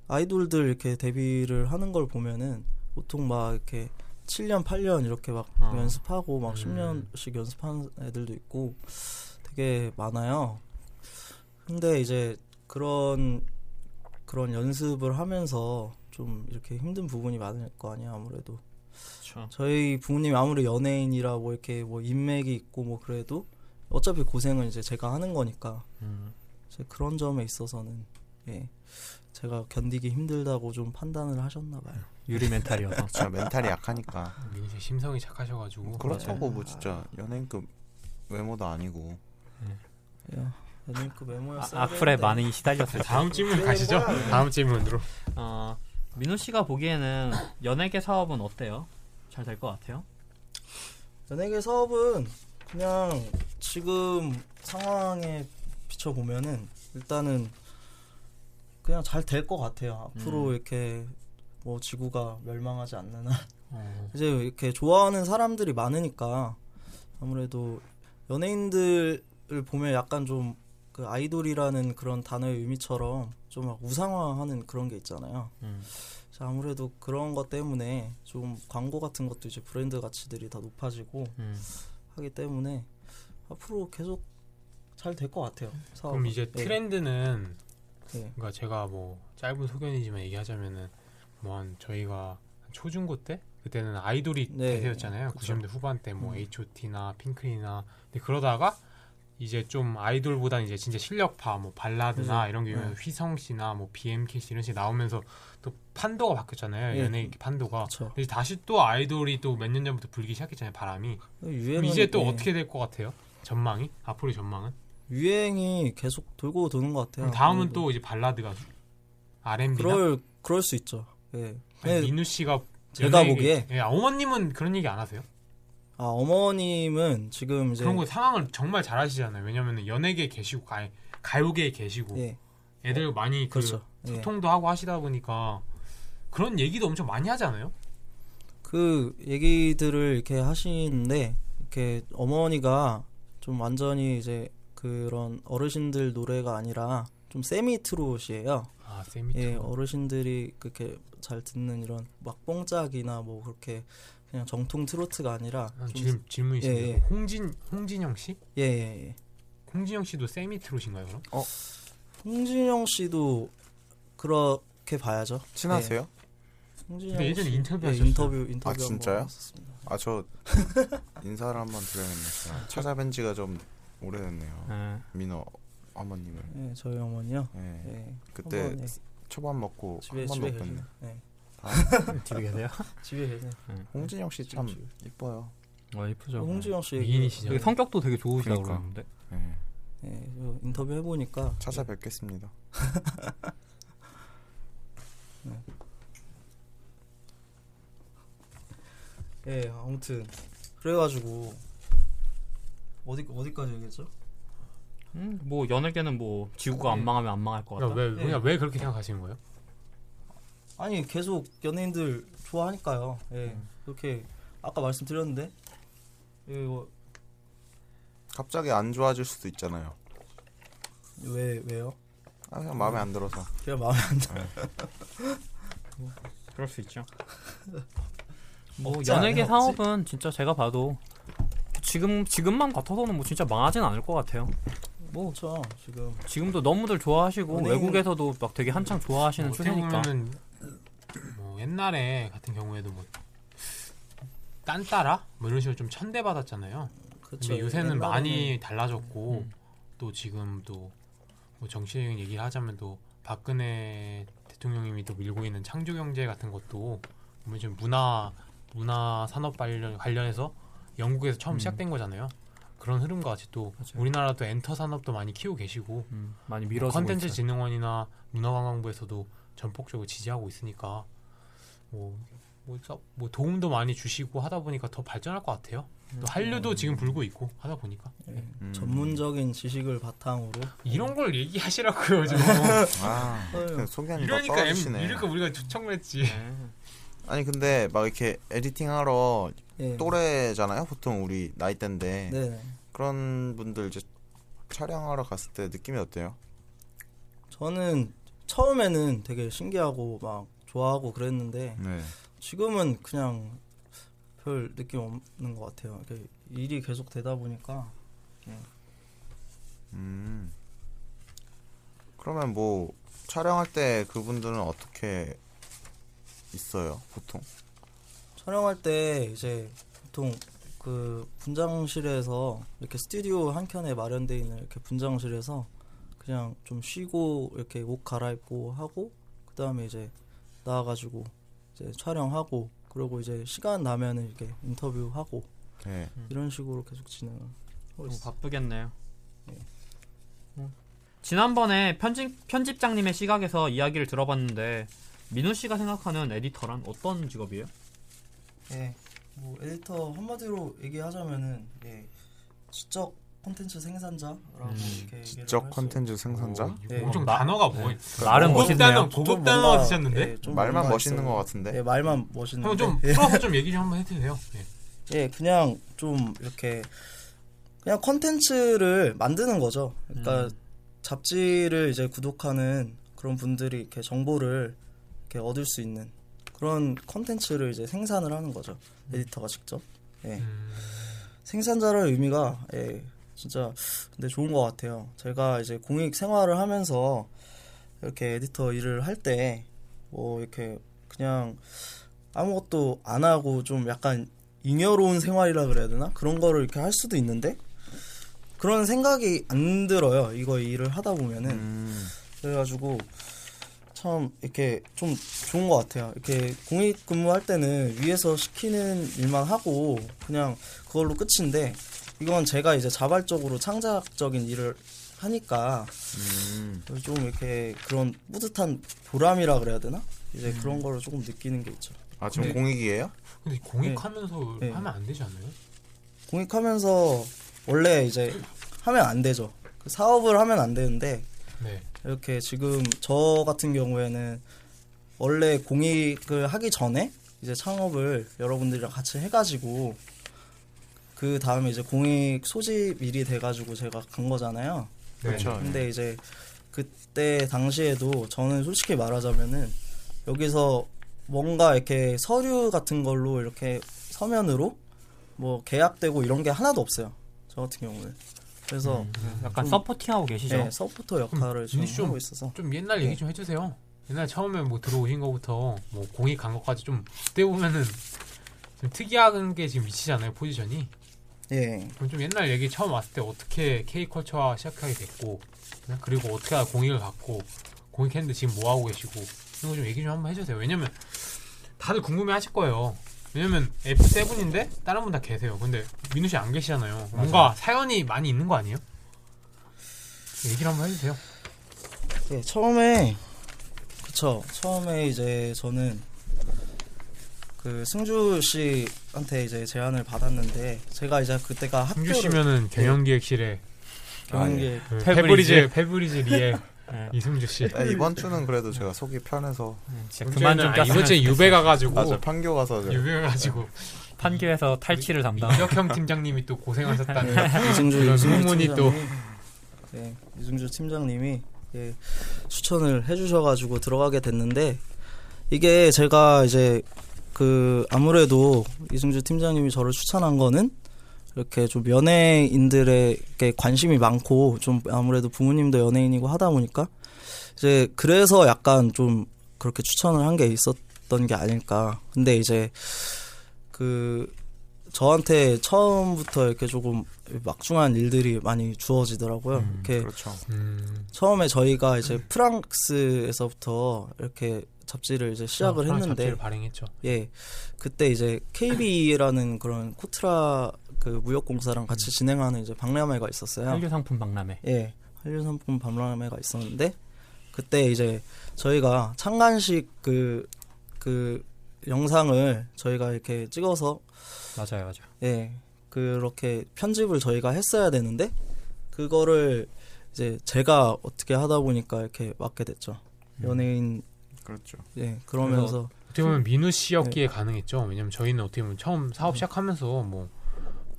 [SPEAKER 6] 아이돌들 이렇게 데뷔를 하는 걸 보면은 보통 막 이렇게 7년, 8년 이렇게 막
[SPEAKER 3] 어.
[SPEAKER 6] 연습하고 막
[SPEAKER 5] 음.
[SPEAKER 6] 10년씩 연습하는 애들도 있고 되게 많아요. 근데 이제 그런 그런 연습을 하면서 좀 이렇게 힘든 부분이 많을 거 아니야 아무래도
[SPEAKER 3] 그렇죠.
[SPEAKER 6] 저희 부모님이 아무리 연예인이라 뭐 이렇게 뭐 인맥이 있고 뭐 그래도 어차피 고생은 이제 제가 하는 거니까
[SPEAKER 3] 음.
[SPEAKER 6] 이제 그런 점에 있어서는 예 제가 견디기 힘들다고 좀 판단을 하셨나 봐요.
[SPEAKER 3] 유리 멘탈이어서.
[SPEAKER 4] 진짜 멘탈이 약하니까 그렇죠.
[SPEAKER 5] 민우 씨 심성이 착하셔가지고
[SPEAKER 4] 그렇다고 뭐 진짜 연예인급 외모도 아니고
[SPEAKER 6] 링크 그 메모에
[SPEAKER 3] 음. 아,
[SPEAKER 6] 써야
[SPEAKER 3] 악플에
[SPEAKER 6] 되는데.
[SPEAKER 3] 많이 시달렸을 때.
[SPEAKER 5] 다음 질문 가시죠. 다음 질문으로.
[SPEAKER 3] 어, 민호 씨가 보기에는 연예계 사업은 어때요? 잘 될 것 같아요?
[SPEAKER 6] 연예계 사업은 그냥 지금 상황에 비춰보면은 일단은 그냥 잘 될 것 같아요. 앞으로 이렇게 뭐 지구가 멸망하지 않는 한 이제 이렇게 좋아하는 사람들이 많으니까 아무래도 연예인들을 보면 약간 좀 그 아이돌이라는 그런 단어의 의미처럼 좀 막 우상화하는 그런 게 있잖아요.
[SPEAKER 3] 음.
[SPEAKER 6] 그래서 아무래도 그런 것 때문에 좀 광고 같은 것도 이제 브랜드 가치들이 다 높아지고
[SPEAKER 5] 음.
[SPEAKER 6] 하기 때문에 앞으로 계속 잘 될 것 같아요. 네. 사업.
[SPEAKER 5] 그럼 이제 트렌드는
[SPEAKER 6] 예.
[SPEAKER 5] 그러니까 제가 뭐 짧은 소견이지만 얘기하자면은 뭐 한 저희가 한 초중고 때 그때는 아이돌이
[SPEAKER 6] 네,
[SPEAKER 5] 대세였잖아요.
[SPEAKER 6] 그쵸. 음.
[SPEAKER 5] 90년대 후반 때 뭐 H.O.T.나 핑클이나 근데 그러다가 이제 좀 아이돌보다는 이제 진짜 실력파 뭐 발라드나 이런 게
[SPEAKER 6] 네.
[SPEAKER 5] 유명해서 휘성 씨나 뭐 BMK 씨 이런 식 나오면서 또 판도가 바뀌었잖아요.
[SPEAKER 6] 예.
[SPEAKER 5] 연예인 판도가.
[SPEAKER 6] 그쵸.
[SPEAKER 5] 근데 다시 또 아이돌이 또 몇 년 전부터 불기 시작했잖아요. 바람이.
[SPEAKER 6] 유행
[SPEAKER 5] 그럼 이제
[SPEAKER 6] 네. 예.
[SPEAKER 5] 또 어떻게 될 것 같아요? 전망이? 앞으로의 전망은?
[SPEAKER 6] 유행이 계속 돌고 도는 것 같아요.
[SPEAKER 5] 그럼 다음은
[SPEAKER 6] 아무래도.
[SPEAKER 5] 또 이제 발라드 가수 R&B나
[SPEAKER 6] 뭐. 그럴 그럴 수 있죠. 예.
[SPEAKER 5] 아니,
[SPEAKER 6] 네.
[SPEAKER 5] 민우 씨가
[SPEAKER 6] 제가
[SPEAKER 5] 연예계-
[SPEAKER 6] 보기에-
[SPEAKER 5] 예, 어머님은 그런 얘기 안 하세요?
[SPEAKER 6] 아 어머님은 지금 이제
[SPEAKER 5] 그런 거 상황을 정말 잘 아시잖아요. 왜냐면 연예계에 계시고 가, 가요계에 계시고
[SPEAKER 6] 예
[SPEAKER 5] 애들 많이 그
[SPEAKER 6] 그렇죠. 예.
[SPEAKER 5] 소통도 하고 하시다 보니까 그런 얘기도 엄청 많이 하지 않아요?
[SPEAKER 6] 그 얘기들을 이렇게 하시는데 이렇게 어머니가 좀 완전히 이제 그런 어르신들 노래가 아니라 좀 세미 트롯이에요.
[SPEAKER 5] 아 세미
[SPEAKER 6] 예, 어르신들이 그렇게 잘 듣는 이런 막뽕짝이나 뭐 그렇게 그냥 정통 트로트가 아니라 예. 좀-
[SPEAKER 5] 지금 질문이 있습니다.
[SPEAKER 6] 예, 예.
[SPEAKER 5] 홍진 홍진영 씨?
[SPEAKER 6] 예, 예, 예.
[SPEAKER 5] 홍진영 씨도 세미 트롯인가요 그럼?
[SPEAKER 6] 홍진영 씨도 그렇게 봐야죠.
[SPEAKER 4] 친하세요? 아,
[SPEAKER 6] 예, 홍진영
[SPEAKER 5] 근데 예전에
[SPEAKER 6] 씨-
[SPEAKER 5] 인터뷰하셨어요.
[SPEAKER 6] 예, 인터뷰 인터뷰 한번
[SPEAKER 4] 진짜요?
[SPEAKER 6] 했었습니다.
[SPEAKER 4] 아 저 인사를 한번 드려야겠네요. 찾아뵌 지가 좀 오래됐네요.
[SPEAKER 3] 예.
[SPEAKER 4] 민호 어머님을.
[SPEAKER 6] 예, 저희 어머니요.
[SPEAKER 4] 예.
[SPEAKER 6] 예.
[SPEAKER 4] 그때
[SPEAKER 6] 한번, 예,
[SPEAKER 4] 초밥 먹고
[SPEAKER 6] 집에
[SPEAKER 4] 한 번도
[SPEAKER 6] 집에
[SPEAKER 4] 못 뵀네.
[SPEAKER 6] 계세요. 예.
[SPEAKER 3] 집에 계세요?
[SPEAKER 6] 집에 계세요.
[SPEAKER 5] 네,
[SPEAKER 4] 홍진영 씨 참 이뻐요.
[SPEAKER 3] 어, 이쁘죠.
[SPEAKER 6] 홍진영 씨
[SPEAKER 5] 미인이시죠?
[SPEAKER 3] 되게 성격도 되게 좋으시다고
[SPEAKER 4] 그러니까.
[SPEAKER 3] 그러는데.
[SPEAKER 4] 예.
[SPEAKER 6] 예, 저 인터뷰 해 보니까
[SPEAKER 4] 찾아뵙겠습니다.
[SPEAKER 6] 예, 아무튼 그래 가지고 어디 어디까지 얘기했죠?
[SPEAKER 3] 음, 뭐 연예계는 뭐 지구가 안 망하면 안 망할 것 같다.
[SPEAKER 5] 그러니까 왜 그냥 왜 그렇게 생각하시는 거예요?
[SPEAKER 6] 아니 계속 연예인들 좋아하니까요. 예,
[SPEAKER 3] 음.
[SPEAKER 6] 그렇게 아까 말씀드렸는데 예, 뭐, 이거
[SPEAKER 4] 갑자기 안 좋아질 수도 있잖아요.
[SPEAKER 6] 왜 왜요?
[SPEAKER 4] 아, 그냥 마음에 안 들어서.
[SPEAKER 6] 그냥 마음에 안 들어.
[SPEAKER 3] 네. 그럴 수 있죠. 뭐
[SPEAKER 6] 없지
[SPEAKER 3] 연예계
[SPEAKER 6] 않아요, 없지?
[SPEAKER 3] 사업은 진짜 제가 봐도 지금 지금만 같아서는 뭐 진짜 망하진 않을 것 같아요.
[SPEAKER 6] 뭐 그렇죠 지금
[SPEAKER 3] 지금도 너무들 좋아하시고
[SPEAKER 6] 연예인-
[SPEAKER 3] 외국에서도 막 되게 한창 좋아하시는
[SPEAKER 5] 어떻게
[SPEAKER 3] 추세니까.
[SPEAKER 5] 보면은 뭐 옛날에 같은 경우에도 뭐 딴따라 뭐 이런 식으로 좀 천대 받았잖아요.
[SPEAKER 6] 그렇죠.
[SPEAKER 5] 근데 요새는
[SPEAKER 6] 옛날에는-
[SPEAKER 5] 많이 달라졌고 또 지금 또뭐 정치적인 얘기를 하자면 또 박근혜 대통령님이 또 밀고 있는 창조 경제 같은 것도 보면 좀 문화 문화 산업 관련 관련해서 영국에서 처음 시작된 거잖아요. 그런 흐름과 같이 또
[SPEAKER 3] 맞아요.
[SPEAKER 5] 우리나라도 엔터 산업도 많이 키우고 계시고
[SPEAKER 3] 음, 많이 밀어주고
[SPEAKER 5] 컨텐츠
[SPEAKER 3] 있어요.
[SPEAKER 5] 진흥원이나 문화관광부에서도 전폭적으로 지지하고 있으니까 뭐, 뭐, 서- 뭐 도움도 많이 주시고 하다 보니까 더 발전할 것 같아요. 또 한류도 지금 불고 있고 하다 보니까
[SPEAKER 4] 음.
[SPEAKER 6] 전문적인 지식을 바탕으로
[SPEAKER 5] 이런 걸 얘기하시라고요 지금.
[SPEAKER 4] 아, 그냥 소개하는 거
[SPEAKER 5] 이러니까 엠,
[SPEAKER 4] 떨어지시네.
[SPEAKER 5] 이러니까 뭐 우리가 초청했지.
[SPEAKER 4] 아니 근데 막 이렇게 에디팅하러
[SPEAKER 6] 예.
[SPEAKER 4] 또래잖아요. 보통 우리 나이대인데
[SPEAKER 6] 네.
[SPEAKER 4] 그런 분들 이제 촬영하러 갔을 때 느낌이 어때요?
[SPEAKER 6] 저는 처음에는 되게 신기하고 막 좋아하고 그랬는데
[SPEAKER 4] 네.
[SPEAKER 6] 지금은 그냥 별 느낌 없는 것 같아요. 이렇게 일이 계속 되다 보니까
[SPEAKER 4] 음. 그러면 뭐 촬영할 때 그분들은 어떻게 있어요? 보통?
[SPEAKER 6] 촬영할 때 이제 보통 그 분장실에서 이렇게 스튜디오 한 켠에 마련돼 있는 이렇게 분장실에서 그냥 좀 쉬고 이렇게 옷 갈아입고 하고 그다음에 이제 나와가지고 이제 촬영하고 그러고 이제 시간 나면은 이렇게 인터뷰하고
[SPEAKER 4] 네.
[SPEAKER 6] 이런 식으로 계속 진행을 하고
[SPEAKER 3] 어,
[SPEAKER 6] 있어요.
[SPEAKER 3] 바쁘겠네요. 어? 지난번에 편집, 편집장님의 시각에서 이야기를 들어봤는데 민우 씨가 생각하는 에디터란 어떤 직업이에요?
[SPEAKER 6] 예, 뭐 에디터 한마디로 얘기하자면은 예, 지적 콘텐츠 생산자라고 이렇게
[SPEAKER 4] 지적 컨텐츠 생산자?
[SPEAKER 6] 네.
[SPEAKER 5] 엄청
[SPEAKER 3] 나-
[SPEAKER 5] 단어가 뭐예요?
[SPEAKER 3] 말은
[SPEAKER 5] 고급 단어,
[SPEAKER 3] 멋있네요.
[SPEAKER 5] 고급 단어 쓰셨는데?
[SPEAKER 6] 네.
[SPEAKER 4] 말만 멋있는 것 같은데.
[SPEAKER 6] 예, 말만 멋있는데.
[SPEAKER 5] 한번 좀
[SPEAKER 6] 예.
[SPEAKER 5] 풀어서 좀 얘기 좀 한번 해주세요. 예.
[SPEAKER 6] 예, 그냥 좀 이렇게 그냥 컨텐츠를 만드는 거죠. 그러니까 잡지를 이제 구독하는 그런 분들이 이렇게 정보를 이렇게 얻을 수 있는 그런 컨텐츠를 이제 생산을 하는 거죠. 에디터가 직접. 예. 생산자라는 의미가 예, 진짜 근데 좋은 것 같아요. 제가 이제 공익 생활을 하면서 이렇게 에디터 일을 할 때 뭐 이렇게 그냥 아무것도 안 하고 좀 약간 잉여로운 생활이라 그래야 되나 그런 거를 이렇게 할 수도 있는데 그런 생각이 안 들어요. 이거 일을 하다 보면은 그래가지고 참 이렇게 좀 좋은 것 같아요. 이렇게 공익 근무할 때는 위에서 시키는 일만 하고 그냥 그걸로 끝인데 이건 제가 이제 자발적으로 창작적인 일을 하니까 좀 이렇게 그런 뿌듯한 보람이라 그래야 되나? 이제 그런 거를 조금 느끼는 게 있죠.
[SPEAKER 4] 아 지금
[SPEAKER 6] 네.
[SPEAKER 4] 공익이에요?
[SPEAKER 5] 근데 공익하면서
[SPEAKER 6] 네.
[SPEAKER 5] 하면 안 되지 않나요?
[SPEAKER 6] 공익하면서 원래 이제 하면 안 되죠. 그 사업을 하면 안 되는데
[SPEAKER 5] 네.
[SPEAKER 6] 이렇게 지금 저 같은 경우에는 원래 공익을 하기 전에 이제 창업을 여러분들이랑 같이 해가지고 그 다음에 이제 공익 소집 일이 돼가지고 제가 간 거잖아요.
[SPEAKER 4] 그렇죠.
[SPEAKER 6] 근데 이제 그때 당시에도 저는 솔직히 말하자면은 여기서 뭔가 이렇게 서류 같은 걸로 이렇게 서면으로 뭐 계약되고 이런 게 하나도 없어요. 저 같은 경우는. 그래서
[SPEAKER 3] 약간
[SPEAKER 6] 좀-
[SPEAKER 3] 서포팅하고 계시죠?
[SPEAKER 6] 네, 서포터 역할을 지금
[SPEAKER 5] 음, 이슈
[SPEAKER 6] 하고 있어서
[SPEAKER 5] 좀 옛날 얘기 좀 해주세요. 옛날 처음에 뭐 들어오신 거부터 뭐 공익한 것까지 좀 그때 보면은 좀 특이한 게 지금 미치잖아요 포지션이.
[SPEAKER 6] 예.
[SPEAKER 5] 그럼 좀 옛날 얘기 처음 왔을 때 어떻게 K컬처와 시작하게 됐고 네, 그리고 어떻게 하다 공익을 갖고 공익했는데 지금 뭐 하고 계시고 이런 거 좀 얘기 좀 한번 해주세요 왜냐면 다들 궁금해 하실 거예요 왜냐면 F7인데 다른 분 다 계세요 근데 민우 씨 안 계시잖아요 뭔가 사연이 많이 있는 거 아니에요? 얘기를 한번 해주세요
[SPEAKER 6] 예, 처음에 그쵸 처음에 이제 저는 그 승주 씨한테 이제 제안을 받았는데 제가 이제 그때가
[SPEAKER 5] 승주
[SPEAKER 6] 학교를 네.
[SPEAKER 5] 씨면은 경영기획실에
[SPEAKER 6] 경영계
[SPEAKER 5] 그
[SPEAKER 3] 음. 페브리즈.
[SPEAKER 5] 페브리즈 페브리즈 리에
[SPEAKER 3] 네.
[SPEAKER 5] 이승주 씨
[SPEAKER 4] 아, 이번 주는 그래도 제가 속이 편해서
[SPEAKER 3] 진짜 그만 좀 네.
[SPEAKER 5] 아, 이번 주에
[SPEAKER 3] 깠으면
[SPEAKER 5] 유배 가가지고
[SPEAKER 4] 맞아 판교 가서 제가
[SPEAKER 5] 유배 가가지고
[SPEAKER 3] 판교에서 탈취를 담당.
[SPEAKER 5] 이혁형 팀장님이 또 고생하셨다는
[SPEAKER 3] 네.
[SPEAKER 6] 이승주
[SPEAKER 5] 그런
[SPEAKER 6] 이승주
[SPEAKER 5] 소문이
[SPEAKER 6] 팀장님이
[SPEAKER 5] 또.
[SPEAKER 6] 예, 이승주 팀장님이 예, 추천을 해주셔가지고 들어가게 됐는데 이게 제가 이제 그 아무래도 이승주 팀장님이 저를 추천한 거는 이렇게 좀 연예인들에게 관심이 많고 좀 아무래도 부모님도 연예인이고 하다 보니까 이제 그래서 약간 좀 그렇게 추천을 한 게 있었던 게 아닐까. 근데 이제 그 저한테 처음부터 이렇게 조금 막중한 일들이 많이 주어지더라고요. 이렇게
[SPEAKER 4] 그렇죠.
[SPEAKER 5] 음,
[SPEAKER 6] 처음에 저희가
[SPEAKER 5] 네.
[SPEAKER 6] 이제 프랑스에서부터 이렇게 잡지를 이제
[SPEAKER 5] 아,
[SPEAKER 6] 시작을
[SPEAKER 5] 프랑스
[SPEAKER 6] 했는데
[SPEAKER 5] 잡지를 발행했죠.
[SPEAKER 6] 예 그때 이제 KB라는 그런 코트라 그 무역공사랑
[SPEAKER 5] 음.
[SPEAKER 6] 같이 진행하는 이제 박람회가 있었어요.
[SPEAKER 3] 한류 상품 박람회.
[SPEAKER 6] 예, 한류 상품 박람회가 있었는데 그때 이제 저희가 창간식 그 그 영상을 저희가 이렇게 찍어서
[SPEAKER 3] 맞아요, 맞아요.
[SPEAKER 6] 예, 그렇게 편집을 저희가 했어야 되는데 그거를 이제 제가 어떻게 하다 보니까 이렇게 맡게 됐죠.
[SPEAKER 5] 음.
[SPEAKER 6] 연예인
[SPEAKER 4] 그렇죠.
[SPEAKER 6] 예 그러면서
[SPEAKER 5] 어떻게 보면 민우 씨였기에
[SPEAKER 4] 네.
[SPEAKER 5] 가능했죠. 왜냐면 저희는 어떻게 보면 처음 사업 시작하면서 뭐,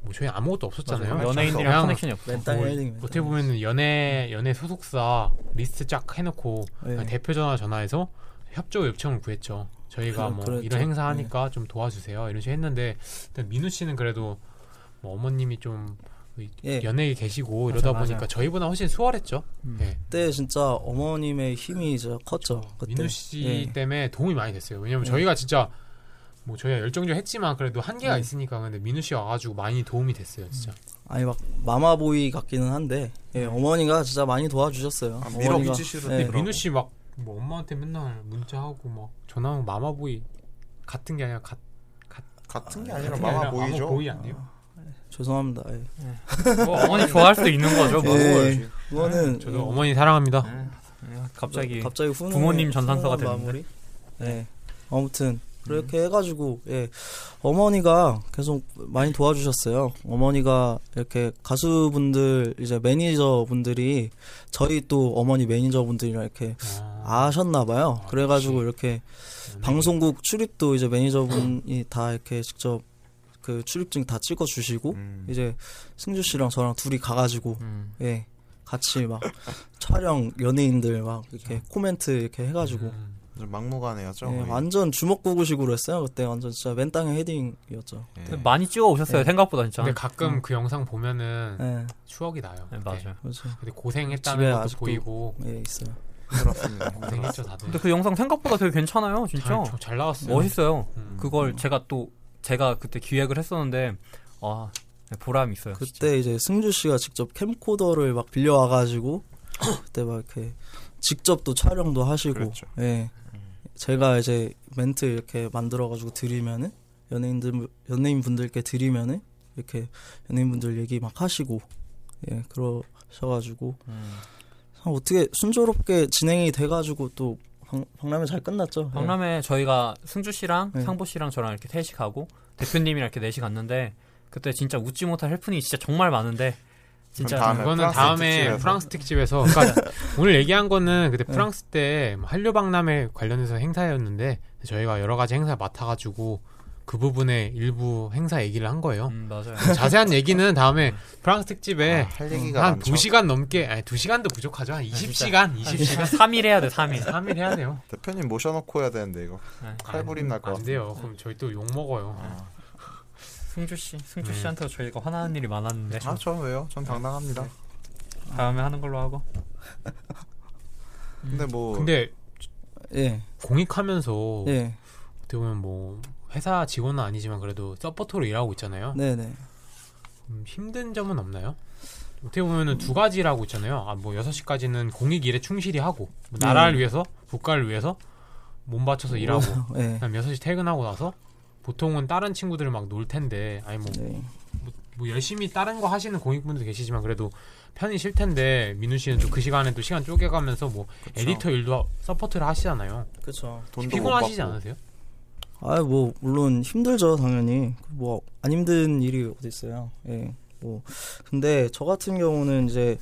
[SPEAKER 5] 뭐 저희 아무것도 없었잖아요.
[SPEAKER 3] 연예인들이랑
[SPEAKER 5] 그냥
[SPEAKER 3] 커넥션이 없어.
[SPEAKER 6] 멘탈
[SPEAKER 5] 뭐
[SPEAKER 6] 헤딩
[SPEAKER 5] 어떻게 보면 연애 연애 소속사 리스트 쫙 해놓고
[SPEAKER 6] 네.
[SPEAKER 5] 그러니까 대표 전화 전화해서 협조 요청을 구했죠. 저희가
[SPEAKER 6] 그럼 그렇죠.
[SPEAKER 5] 뭐
[SPEAKER 6] 그랬죠. 네.
[SPEAKER 5] 이런 행사 하니까 좀 도와주세요. 이런 식으로 했는데 일단 민우 씨는 그래도 뭐 어머님이 좀
[SPEAKER 6] 예.
[SPEAKER 5] 연예계 계시고
[SPEAKER 3] 맞아,
[SPEAKER 5] 이러다
[SPEAKER 3] 맞아요.
[SPEAKER 5] 보니까 저희보다 훨씬 수월했죠.
[SPEAKER 6] 음.
[SPEAKER 5] 예.
[SPEAKER 6] 그때 진짜 어머님의 힘이 이제 컸죠. 그때
[SPEAKER 5] 민우 씨
[SPEAKER 6] 예.
[SPEAKER 5] 때문에 도움이 많이 됐어요. 왜냐면
[SPEAKER 6] 네.
[SPEAKER 5] 저희가 진짜 뭐 저희가 열정적 했지만 그래도 한계가
[SPEAKER 6] 예.
[SPEAKER 5] 있으니까 근데 민우 씨 와가지고 많이 도움이
[SPEAKER 6] 음.
[SPEAKER 5] 됐어요, 진짜.
[SPEAKER 6] 아니 막 마마보이 같기는 한데 예, 어머니가 진짜 많이 도와주셨어요.
[SPEAKER 4] 아,
[SPEAKER 6] 어머니가-
[SPEAKER 4] 밀어붙이시더라고요.
[SPEAKER 6] 예,
[SPEAKER 5] 근데 민우 씨 막 뭐 엄마한테 맨날 문자하고 막 전화하고 마마보이 같은 게 아니라 같은
[SPEAKER 4] 아, 같은 게 아니라 마마 보이죠.
[SPEAKER 5] 보이 안 돼요?
[SPEAKER 6] 죄송합니다. 예.
[SPEAKER 3] 뭐 어머니 좋아할 수도 있는 거죠. 뭐.
[SPEAKER 6] 예. 그거는
[SPEAKER 5] 아, 저도 어머니 사랑합니다.
[SPEAKER 4] 음.
[SPEAKER 3] 예, 갑자기
[SPEAKER 6] 갑자기 훈훈해,
[SPEAKER 3] 부모님 전산서가
[SPEAKER 6] 훈훈한
[SPEAKER 3] 됐는데.
[SPEAKER 6] 마무리? 네. 아무튼 그렇게 해가지고 예 어머니가 계속 많이 도와주셨어요. 어머니가 이렇게 가수분들 이제 매니저분들이 저희 또 어머니 매니저분들이랑 이렇게 아셨나봐요. 음. 그래가지고 이렇게 방송국 출입도 이제 매니저분이 다 이렇게 직접 그 출입증 다 찍어주시고
[SPEAKER 4] 음,
[SPEAKER 6] 이제 승주 씨랑 저랑 둘이 가가지고
[SPEAKER 5] 음.
[SPEAKER 6] 예 같이 막 촬영 연예인들 막 이렇게 코멘트 이렇게 해가지고
[SPEAKER 5] 음.
[SPEAKER 4] 좀 막무가내였죠.
[SPEAKER 5] 네,
[SPEAKER 6] 예,
[SPEAKER 4] 거의.
[SPEAKER 6] 완전 주먹구구식으로 했어요 그때 완전 진짜 맨 땅에 헤딩이었죠.
[SPEAKER 4] 예.
[SPEAKER 3] 근데 많이 찍어 오셨어요. 생각보다 진짜.
[SPEAKER 5] 근데 가끔 그 영상 보면은
[SPEAKER 6] 예
[SPEAKER 5] 추억이 나요.
[SPEAKER 3] 네,
[SPEAKER 5] 그때.
[SPEAKER 3] 맞아요.
[SPEAKER 6] 그렇죠.
[SPEAKER 5] 근데
[SPEAKER 6] 집에
[SPEAKER 5] 고생했다는 것도
[SPEAKER 6] 아직도
[SPEAKER 5] 보이고
[SPEAKER 6] 예 있어요.
[SPEAKER 4] 힘들었습니다.
[SPEAKER 5] 고생했죠 다들.
[SPEAKER 3] 근데 그 영상 생각보다 되게 괜찮아요. 진짜.
[SPEAKER 5] 잘, 저- 잘 나왔어요.
[SPEAKER 3] 멋있어요.
[SPEAKER 5] 음.
[SPEAKER 3] 그걸 제가 또 제가 그때 기획을 했었는데 아 보람 있어요. 진짜.
[SPEAKER 6] 그때 이제 승주 씨가 직접 캠코더를 막 빌려와가지고 그때 막 이렇게 직접 또 촬영도 하시고
[SPEAKER 5] 그렇죠.
[SPEAKER 4] 그랬죠.
[SPEAKER 6] 예 제가 이제 멘트 이렇게 만들어가지고 드리면은 연예인들 연예인 분들께 드리면은 이렇게 연예인 분들 얘기 막 하시고 예 그러셔가지고 참 어떻게 순조롭게 진행이 돼가지고 또 방, 박람회 잘 끝났죠.
[SPEAKER 3] 박람회 저희가 승주 씨랑
[SPEAKER 6] 네.
[SPEAKER 3] 상보 씨랑 저랑 이렇게 셋이 가고 대표님이랑 이렇게 넷이 갔는데 그때 진짜 웃지 못할 헬프닝이 진짜 정말 많은데 진짜
[SPEAKER 4] 그럼 다음에
[SPEAKER 5] 이거는
[SPEAKER 4] 프랑스
[SPEAKER 5] 다음에
[SPEAKER 4] 특집에서.
[SPEAKER 5] 프랑스 특집에서 그러니까 오늘 얘기한 거는 그때 프랑스 때뭐 한류 박람회 관련해서 행사였는데 저희가 여러 가지 행사 맡아가지고 그 부분에 일부 행사 얘기를 한 거예요.
[SPEAKER 3] 음, 맞아요.
[SPEAKER 5] 자세한 얘기는 다음에 프랑스 특집에
[SPEAKER 4] 아, 할 얘기가
[SPEAKER 5] 네. 한
[SPEAKER 4] 많죠.
[SPEAKER 5] 두시간 넘게 아니 2시간도 부족하죠. 한 20시간, 20시간
[SPEAKER 3] 3일 해야 돼, 3일.
[SPEAKER 5] 3일 해야 돼요.
[SPEAKER 4] 대표님 모셔놓고 해야 되는데 이거 칼부림 날 것
[SPEAKER 5] 안
[SPEAKER 4] 아, 같아요.
[SPEAKER 5] 돼요. 그럼 저희 또 욕 먹어요.
[SPEAKER 3] 승주 씨, 승주 씨한테 저희가 화나는 일이 많았는데
[SPEAKER 4] 아, 전 왜요? 전 당당합니다.
[SPEAKER 3] 다음에 하는 걸로 하고.
[SPEAKER 4] 근데 뭐
[SPEAKER 5] 근데
[SPEAKER 6] 예
[SPEAKER 5] 공익하면서
[SPEAKER 6] 예,
[SPEAKER 5] 어떻게 보면 뭐 회사 직원은 아니지만 그래도 서포터로 일하고 있잖아요.
[SPEAKER 6] 네네.
[SPEAKER 5] 음, 힘든 점은 없나요? 어떻게 보면은 두 가지라고 있잖아요. 아, 뭐 6시까지는 공익 일에 충실히 하고 뭐 나라를 위해서, 국가를 위해서 몸 바쳐서 일하고
[SPEAKER 6] 예.
[SPEAKER 5] 그다음 6시 퇴근하고 나서 보통은 다른 친구들 막 놀 텐데 아니 뭐,
[SPEAKER 6] 네.
[SPEAKER 5] 뭐, 뭐 열심히 다른 거 하시는 공익분들도 계시지만 그래도 편히 쉴 텐데 민우 씨는 또 그 시간에 또 시간 쪼개가면서 뭐 에디터 일도 하- 서포트를 하시잖아요.
[SPEAKER 6] 그쵸.
[SPEAKER 4] 돈도
[SPEAKER 5] 피곤하시지
[SPEAKER 4] 못 받고.
[SPEAKER 5] 않으세요?
[SPEAKER 6] 아, 뭐 물론 힘들죠, 당연히. 뭐 안 힘든 일이 어디 있어요. 예. 뭐 근데 저 같은 경우는 이제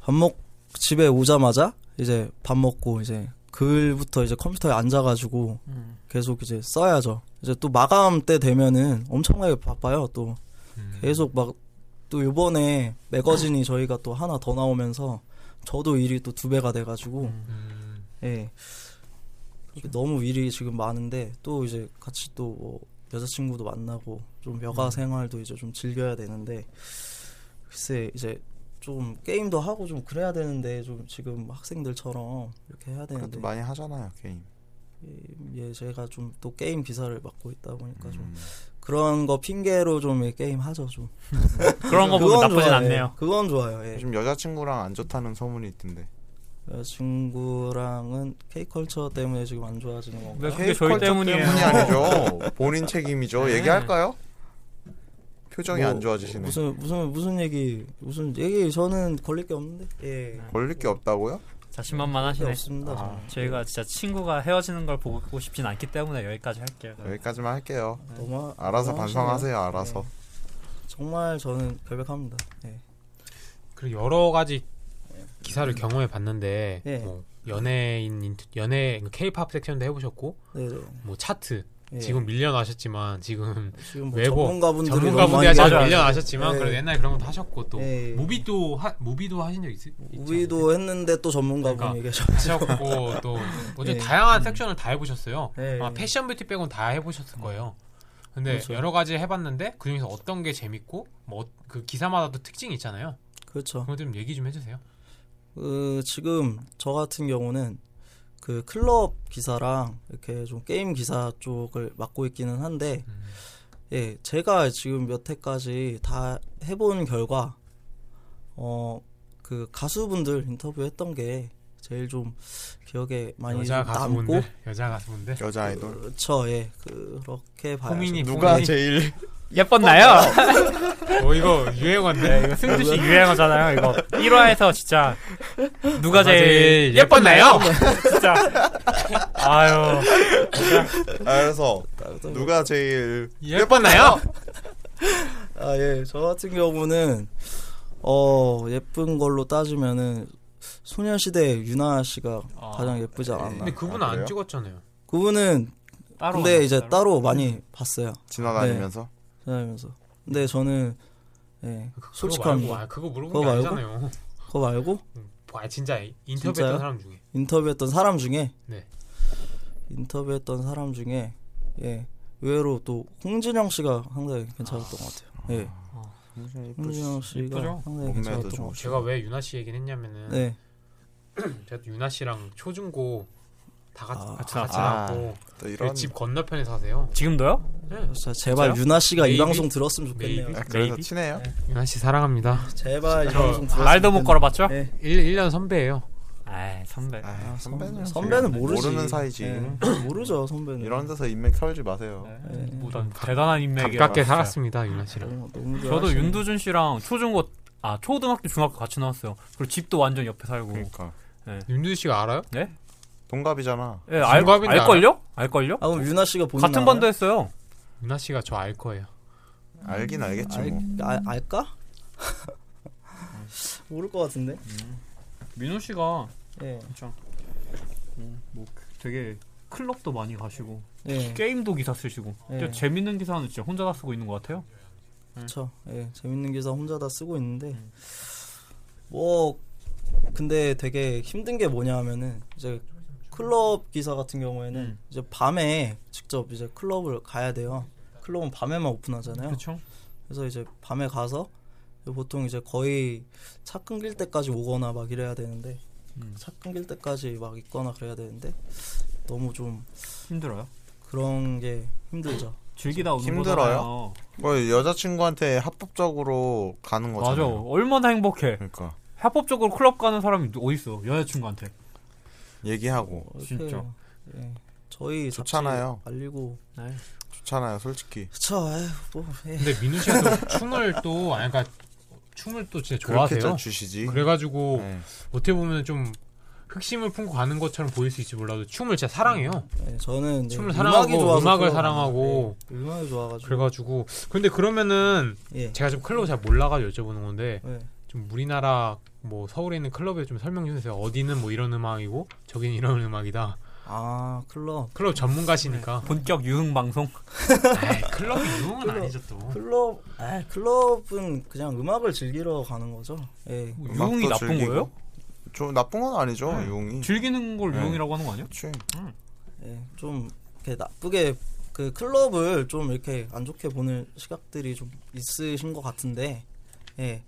[SPEAKER 6] 밥 먹 집에 오자마자 이제 밥 먹고 이제 그일부터 이제 컴퓨터에 앉아가지고 계속 이제 써야죠. 이제 또 마감 때 되면은 엄청나게 바빠요. 또 계속 막 또 요번에 매거진이 저희가 또 하나 더 나오면서 저도 일이 또 두 배가 돼가지고
[SPEAKER 5] 음,
[SPEAKER 6] 예. 이렇게 너무 일이 지금 많은데 또 이제 같이 또뭐 여자친구도 만나고 좀 여가
[SPEAKER 3] 음.
[SPEAKER 6] 생활도 이제 좀 즐겨야 되는데 글쎄 이제 좀 게임도 하고 좀 그래야 되는데 좀 지금 학생들처럼 이렇게 해야 되는데
[SPEAKER 4] 그래도 많이 하잖아요 게임.
[SPEAKER 6] 예 제가 좀 또 게임 기사를 맡고 있다 보니까 좀
[SPEAKER 4] 음.
[SPEAKER 6] 그런 거 핑계로 좀 예, 게임 하죠 좀
[SPEAKER 3] 그런 거 보면 나쁘진 않네요.
[SPEAKER 6] 예. 그건 좋아요 예.
[SPEAKER 4] 요즘 여자친구랑 안 좋다는 소문이 있던데.
[SPEAKER 6] 여자친구랑은 케이컬처 때문에 지금 안 좋아지는 건가
[SPEAKER 3] 근데 그게 저희
[SPEAKER 4] 컬처
[SPEAKER 3] 때문이에요.
[SPEAKER 4] 때문이 아니죠. 본인 책임이죠.
[SPEAKER 3] 네.
[SPEAKER 4] 얘기할까요? 표정이
[SPEAKER 6] 뭐,
[SPEAKER 4] 안 좋아지시네.
[SPEAKER 6] 무슨 무슨 무슨 얘기 무슨 얘기 저는 걸릴 게 없는데 예
[SPEAKER 4] 걸릴 게 없다고요?
[SPEAKER 3] 자신만만
[SPEAKER 6] 네.
[SPEAKER 3] 하시네. 아,
[SPEAKER 6] 없습니다 저는.
[SPEAKER 3] 저희가 진짜 친구가 헤어지는 걸 보고 싶진 않기 때문에 여기까지 할게요.
[SPEAKER 4] 여기까지만 할게요.
[SPEAKER 6] 네, 너무
[SPEAKER 4] 알아서
[SPEAKER 6] 너무
[SPEAKER 4] 반성하세요. 알아서.
[SPEAKER 6] 네. 하시네요. 정말 저는 결백합니다 예
[SPEAKER 5] 그리고 여러 가지
[SPEAKER 6] 네.
[SPEAKER 5] 기사를 경험해 봤는데
[SPEAKER 6] 예.
[SPEAKER 5] 뭐 연예인 인트- 연예 케이팝 섹션도 해보셨고
[SPEAKER 6] 네네
[SPEAKER 5] 뭐 차트
[SPEAKER 6] 예.
[SPEAKER 5] 지금 밀려나셨지만 지금
[SPEAKER 6] 지금 뭐
[SPEAKER 5] 외모,
[SPEAKER 6] 전문가분들이
[SPEAKER 5] 전문가분들이
[SPEAKER 6] 너무 많이
[SPEAKER 5] 아직
[SPEAKER 6] 하죠.
[SPEAKER 5] 밀려나셨지만
[SPEAKER 6] 예.
[SPEAKER 5] 그래도 옛날 그런 것도 하셨고 또
[SPEAKER 6] 예.
[SPEAKER 5] 무비도 하, 무비도 하신 적 있, 있지 않나요?
[SPEAKER 6] 우리도 했는데 또 전문가분이
[SPEAKER 5] 그러니까.
[SPEAKER 6] 계셔
[SPEAKER 5] 하셨고 또 어제
[SPEAKER 6] 예.
[SPEAKER 5] 다양한 섹션을 다 해보셨어요.
[SPEAKER 6] 예. 음.
[SPEAKER 5] 아마 패션 뷰티 빼곤 다 해보셨을 거예요. 근데
[SPEAKER 6] 그렇죠.
[SPEAKER 5] 여러 가지 해봤는데 그 중에서 어떤 게 재밌고 뭐 그 기사마다 또 특징이 있잖아요.
[SPEAKER 6] 그렇죠
[SPEAKER 5] 그거 좀 얘기 좀 해주세요.
[SPEAKER 6] 그 지금 저 같은 경우는 그 클럽 기사랑 이렇게 좀 게임 기사 쪽을 맡고 있기는 한데
[SPEAKER 5] 음.
[SPEAKER 6] 예 제가 지금 몇 회까지 다 해본 결과 어 그 가수분들 인터뷰했던 게 제일 좀 기억에 많이
[SPEAKER 5] 여자
[SPEAKER 6] 좀 남고
[SPEAKER 5] 가수분들 여자 가수분들
[SPEAKER 4] 여자 아이돌
[SPEAKER 6] 그렇죠 예 그렇게 봐야죠
[SPEAKER 5] 호민이
[SPEAKER 4] 누가
[SPEAKER 5] 호민이.
[SPEAKER 4] 제일
[SPEAKER 3] 예뻤나요? 네,
[SPEAKER 5] 어 이거 유행어인데
[SPEAKER 3] 이거 승주 씨 유행어잖아요. 이거 1화에서 진짜 누가 제일
[SPEAKER 5] 제일
[SPEAKER 3] 예뻤나요? 진짜 아유
[SPEAKER 4] 아, 그래서 누가 제일
[SPEAKER 5] 예뻤나요?
[SPEAKER 6] 아예저 같은 경우는 어 예쁜 걸로 따지면은 소녀시대 유나 씨가
[SPEAKER 5] 아,
[SPEAKER 6] 가장 예쁘지 않았나
[SPEAKER 5] 근데 그분
[SPEAKER 4] 아,
[SPEAKER 5] 안
[SPEAKER 4] 그래요?
[SPEAKER 5] 찍었잖아요.
[SPEAKER 6] 그분은
[SPEAKER 3] 따로
[SPEAKER 6] 근데
[SPEAKER 3] 만났어요, 네.
[SPEAKER 6] 이제 따로, 많이 봤어요
[SPEAKER 4] 지나다니면서
[SPEAKER 6] 생각하면서 근데 저는 예
[SPEAKER 5] 그거 말고,
[SPEAKER 6] 솔직합니다
[SPEAKER 5] 아, 그거 물어본
[SPEAKER 6] 그거
[SPEAKER 5] 게
[SPEAKER 6] 말고?
[SPEAKER 5] 아니잖아요.
[SPEAKER 6] 그거 말고
[SPEAKER 5] 아 진짜 인터뷰했던
[SPEAKER 6] 진짜요?
[SPEAKER 5] 사람 중에
[SPEAKER 6] 인터뷰했던 사람 중에
[SPEAKER 5] 네.
[SPEAKER 6] 인터뷰했던 사람 중에 예 의외로 또 홍진영 씨가 상당히 괜찮았던 것 같아요. 예, 홍진영 씨가
[SPEAKER 3] 아, 예쁘죠?
[SPEAKER 6] 상당히
[SPEAKER 4] 몸매도
[SPEAKER 6] 괜찮았던 것 같아요.
[SPEAKER 4] 좋으시고
[SPEAKER 5] 제가 왜 유나 씨 얘기를 했냐면은
[SPEAKER 6] 네,
[SPEAKER 5] 제가 또 유나 씨랑 초중고 다 같이
[SPEAKER 6] 아,
[SPEAKER 5] 같이, 같이
[SPEAKER 4] 아.
[SPEAKER 5] 나왔고
[SPEAKER 4] 또
[SPEAKER 5] 그
[SPEAKER 4] 이런
[SPEAKER 5] 집 건너편에 사세요.
[SPEAKER 6] 음,
[SPEAKER 3] 지금도요?
[SPEAKER 5] 네.
[SPEAKER 6] 자, 제발 유나 씨가 이
[SPEAKER 5] 메이비?
[SPEAKER 6] 방송 들었으면 좋겠네요.
[SPEAKER 5] 메이비?
[SPEAKER 4] 아, 그래서
[SPEAKER 3] 메이비?
[SPEAKER 4] 친해요?
[SPEAKER 5] 유나 씨 사랑합니다.
[SPEAKER 6] 제발 이
[SPEAKER 5] 저
[SPEAKER 6] 방송 들었으면
[SPEAKER 3] 말도 못
[SPEAKER 6] 좋겠네요.
[SPEAKER 3] 걸어봤죠?
[SPEAKER 6] 네.
[SPEAKER 5] 1, 년 선배예요.
[SPEAKER 3] 아 선배.
[SPEAKER 4] 아, 선배는
[SPEAKER 6] 선배는, 선배는
[SPEAKER 4] 지금
[SPEAKER 6] 모르지.
[SPEAKER 4] 모르는 사이지
[SPEAKER 6] 네, 모르죠 선배는.
[SPEAKER 4] 이런 데서 인맥 털지 마세요
[SPEAKER 3] 뭐다 대단한 인맥이야.
[SPEAKER 5] 가깝게 네.
[SPEAKER 3] 진짜.
[SPEAKER 5] 살았습니다 유나 씨랑.
[SPEAKER 6] 너무, 너무
[SPEAKER 3] 저도
[SPEAKER 6] 좋아하시네.
[SPEAKER 3] 윤두준 씨랑 초중고 아 초등학교 중학교 같이 나왔어요. 그리고 집도 완전 옆에 살고.
[SPEAKER 4] 그러니까
[SPEAKER 5] 윤두 씨가 알아요?
[SPEAKER 4] 동갑이잖아
[SPEAKER 3] 예, 알,
[SPEAKER 5] 중갑인데
[SPEAKER 3] 알걸요? 알걸요?
[SPEAKER 6] 아 그럼 유나 씨가 본인
[SPEAKER 3] 같은
[SPEAKER 6] 알아요?
[SPEAKER 3] 반도 했어요.
[SPEAKER 5] 유나 씨가 저 알 거예요.
[SPEAKER 4] 알긴 알겠지
[SPEAKER 6] 알,
[SPEAKER 4] 뭐
[SPEAKER 6] 알, 알까? 모를 것 같은데.
[SPEAKER 3] 민호 씨가
[SPEAKER 6] 예,
[SPEAKER 3] 어, 뭐 되게 클럽도 많이 가시고
[SPEAKER 6] 예,
[SPEAKER 3] 네. 게임도 기사 쓰시고
[SPEAKER 6] 네.
[SPEAKER 3] 진짜 재밌는 기사는 진짜 혼자 다 쓰고 있는 것 같아요.
[SPEAKER 6] 그렇죠. 예, 재밌는 기사 혼자 다 쓰고 있는데
[SPEAKER 3] 음.
[SPEAKER 6] 뭐 근데 되게 힘든 게 뭐냐면은 이제 클럽 기사 같은 경우에는
[SPEAKER 3] 음.
[SPEAKER 6] 이제 밤에 직접 이제 클럽을 가야 돼요. 클럽은 밤에만 오픈하잖아요.
[SPEAKER 3] 그렇죠?
[SPEAKER 6] 그래서 이제 밤에 가서 보통 이제 거의 차 끊길 때까지 오거나 막 이래야 되는데
[SPEAKER 3] 음.
[SPEAKER 6] 차 끊길 때까지 막 있거나 그래야 되는데 너무 좀
[SPEAKER 3] 힘들어요.
[SPEAKER 6] 그런 게 힘들죠.
[SPEAKER 3] 즐기다 오는
[SPEAKER 4] 힘들어요?
[SPEAKER 3] 거잖아요.
[SPEAKER 4] 뭐 여자친구한테 합법적으로 가는
[SPEAKER 3] 맞아.
[SPEAKER 4] 거잖아요
[SPEAKER 3] 얼마나 행복해.
[SPEAKER 4] 그러니까
[SPEAKER 3] 합법적으로 클럽 가는 사람이 어디 있어? 여자친구한테.
[SPEAKER 4] 얘기하고
[SPEAKER 5] 어,
[SPEAKER 3] 진짜.
[SPEAKER 6] 예. 저희 잡지
[SPEAKER 4] 좋잖아요.
[SPEAKER 6] 알리고
[SPEAKER 4] 좋잖아요 솔직히
[SPEAKER 6] 그쵸. 에휴, 뭐, 예.
[SPEAKER 5] 근데 민우 씨가 또 춤을 또 아니 그러니까 춤을 또 진짜
[SPEAKER 4] 그렇게
[SPEAKER 5] 뭐 좋아하세요.
[SPEAKER 4] 잘 주시지
[SPEAKER 5] 그래가지고
[SPEAKER 4] 네.
[SPEAKER 5] 어떻게 보면 좀 흑심을 품고 가는 것처럼 보일 수 있지 몰라도 춤을 진짜 사랑해요.
[SPEAKER 6] 네, 저는 이제
[SPEAKER 5] 춤을
[SPEAKER 6] 음악이
[SPEAKER 5] 사랑하고
[SPEAKER 6] 좋아서
[SPEAKER 5] 음악을
[SPEAKER 6] 클럽
[SPEAKER 5] 사랑하고
[SPEAKER 6] 가요. 네, 음악이 좋아가지고
[SPEAKER 5] 그래가지고 근데 그러면은
[SPEAKER 6] 예.
[SPEAKER 5] 제가 좀 클럽 잘 몰라가지고 여쭤보는 건데
[SPEAKER 6] 네.
[SPEAKER 5] 좀 우리나라 뭐 서울에 있는 클럽에 좀 설명 좀 해주세요. 어디는 뭐 이런 음악이고 저기는 이런 음악이다.
[SPEAKER 6] 아 클럽
[SPEAKER 5] 클럽 전문가시니까.
[SPEAKER 3] 본격 유흥 방송.
[SPEAKER 5] 에이, 클럽이 유흥은 아니죠 또.
[SPEAKER 6] 클럽 아 클럽은 그냥 음악을 즐기러 가는 거죠. 예.
[SPEAKER 4] 음악도
[SPEAKER 3] 유흥이 나쁜
[SPEAKER 4] 즐기고.
[SPEAKER 3] 거예요?
[SPEAKER 4] 좀 나쁜 건 아니죠 용이
[SPEAKER 3] 즐기는 걸
[SPEAKER 4] 네.
[SPEAKER 3] 유흥이라고 하는 거 아니야?
[SPEAKER 4] 그치
[SPEAKER 6] 예, 좀 이렇게 나쁘게 그 클럽을 좀 이렇게 안 좋게 보는 시각들이 좀 있으신 것 같은데, 예,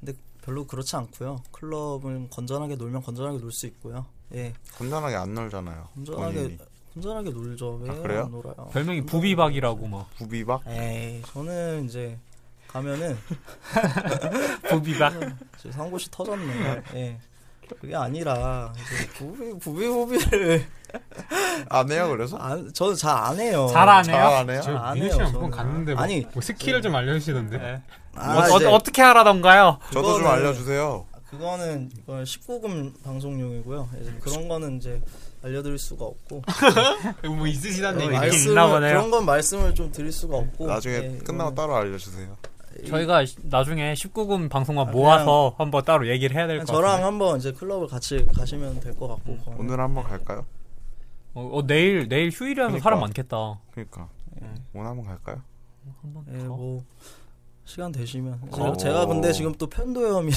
[SPEAKER 6] 근데 별로 그렇지 않고요. 클럽은 건전하게 놀면 건전하게 놀 수 있고요. 예,
[SPEAKER 4] 건전하게 안 놀잖아요
[SPEAKER 6] 건전하게
[SPEAKER 4] 본인이
[SPEAKER 6] 건전하게 놀죠. 왜
[SPEAKER 4] 아, 그래요?
[SPEAKER 6] 안 놀아요?
[SPEAKER 3] 별명이 부비박이라고 막.
[SPEAKER 4] 부비박
[SPEAKER 6] 에이, 저는 이제 가면은
[SPEAKER 3] 부비박.
[SPEAKER 6] 지금 상고시 터졌네. 예. 그게 아니라 이제 부비 부비 부비를
[SPEAKER 4] 안 해요 그래서
[SPEAKER 6] 안, 저는 잘 안
[SPEAKER 5] 어.
[SPEAKER 6] 해요.
[SPEAKER 3] 잘 안 해요? 어,
[SPEAKER 4] 잘안 해요
[SPEAKER 6] 아,
[SPEAKER 5] 저
[SPEAKER 6] 안
[SPEAKER 5] 민우
[SPEAKER 6] 해요,
[SPEAKER 5] 씨랑 한번
[SPEAKER 6] 저는.
[SPEAKER 5] 갔는데 뭐,
[SPEAKER 6] 아니. 그
[SPEAKER 5] 뭐 스킬을 좀 알려주시던데.
[SPEAKER 6] 아,
[SPEAKER 3] 어,
[SPEAKER 6] 이제
[SPEAKER 3] 떻게 하라던가요?
[SPEAKER 4] 저도 좀
[SPEAKER 6] 그거는-
[SPEAKER 4] 알려주세요
[SPEAKER 6] 그거는 이건 19금 방송용이고요.
[SPEAKER 4] 음.
[SPEAKER 6] 이제 그런 거는 이제 알려드릴 수가 없고
[SPEAKER 5] 뭐 있으시다는
[SPEAKER 3] 어,
[SPEAKER 5] 얘기.
[SPEAKER 3] 알-
[SPEAKER 6] 말씀을-
[SPEAKER 3] 아, 있나 보네요.
[SPEAKER 6] 그런 건 말씀을 좀 드릴 수가 없고
[SPEAKER 4] 나중에
[SPEAKER 6] 예,
[SPEAKER 4] 끝나고
[SPEAKER 6] 이거는-
[SPEAKER 4] 따로 알려주세요
[SPEAKER 3] 저희가 시- 나중에 19금 방송만
[SPEAKER 6] 아,
[SPEAKER 3] 모아서 한번 따로 얘기를 해야 될
[SPEAKER 6] 그냥
[SPEAKER 3] 것
[SPEAKER 6] 저랑
[SPEAKER 3] 같아요.
[SPEAKER 6] 한번 이제 클럽을 같이 가시면 될 것 같고 그거는.
[SPEAKER 4] 음. 오늘 한번 갈까요?
[SPEAKER 3] 어, 어, 내일 내일 휴일이라서
[SPEAKER 4] 그러니까.
[SPEAKER 3] 사람 많겠다.
[SPEAKER 4] 그러니까
[SPEAKER 6] 네.
[SPEAKER 4] 오늘 한번 갈까요? 어.
[SPEAKER 3] 한번
[SPEAKER 6] 예, 뭐 시간 되시면
[SPEAKER 4] 거.
[SPEAKER 6] 제가, 제가 근데 지금 또 편도염이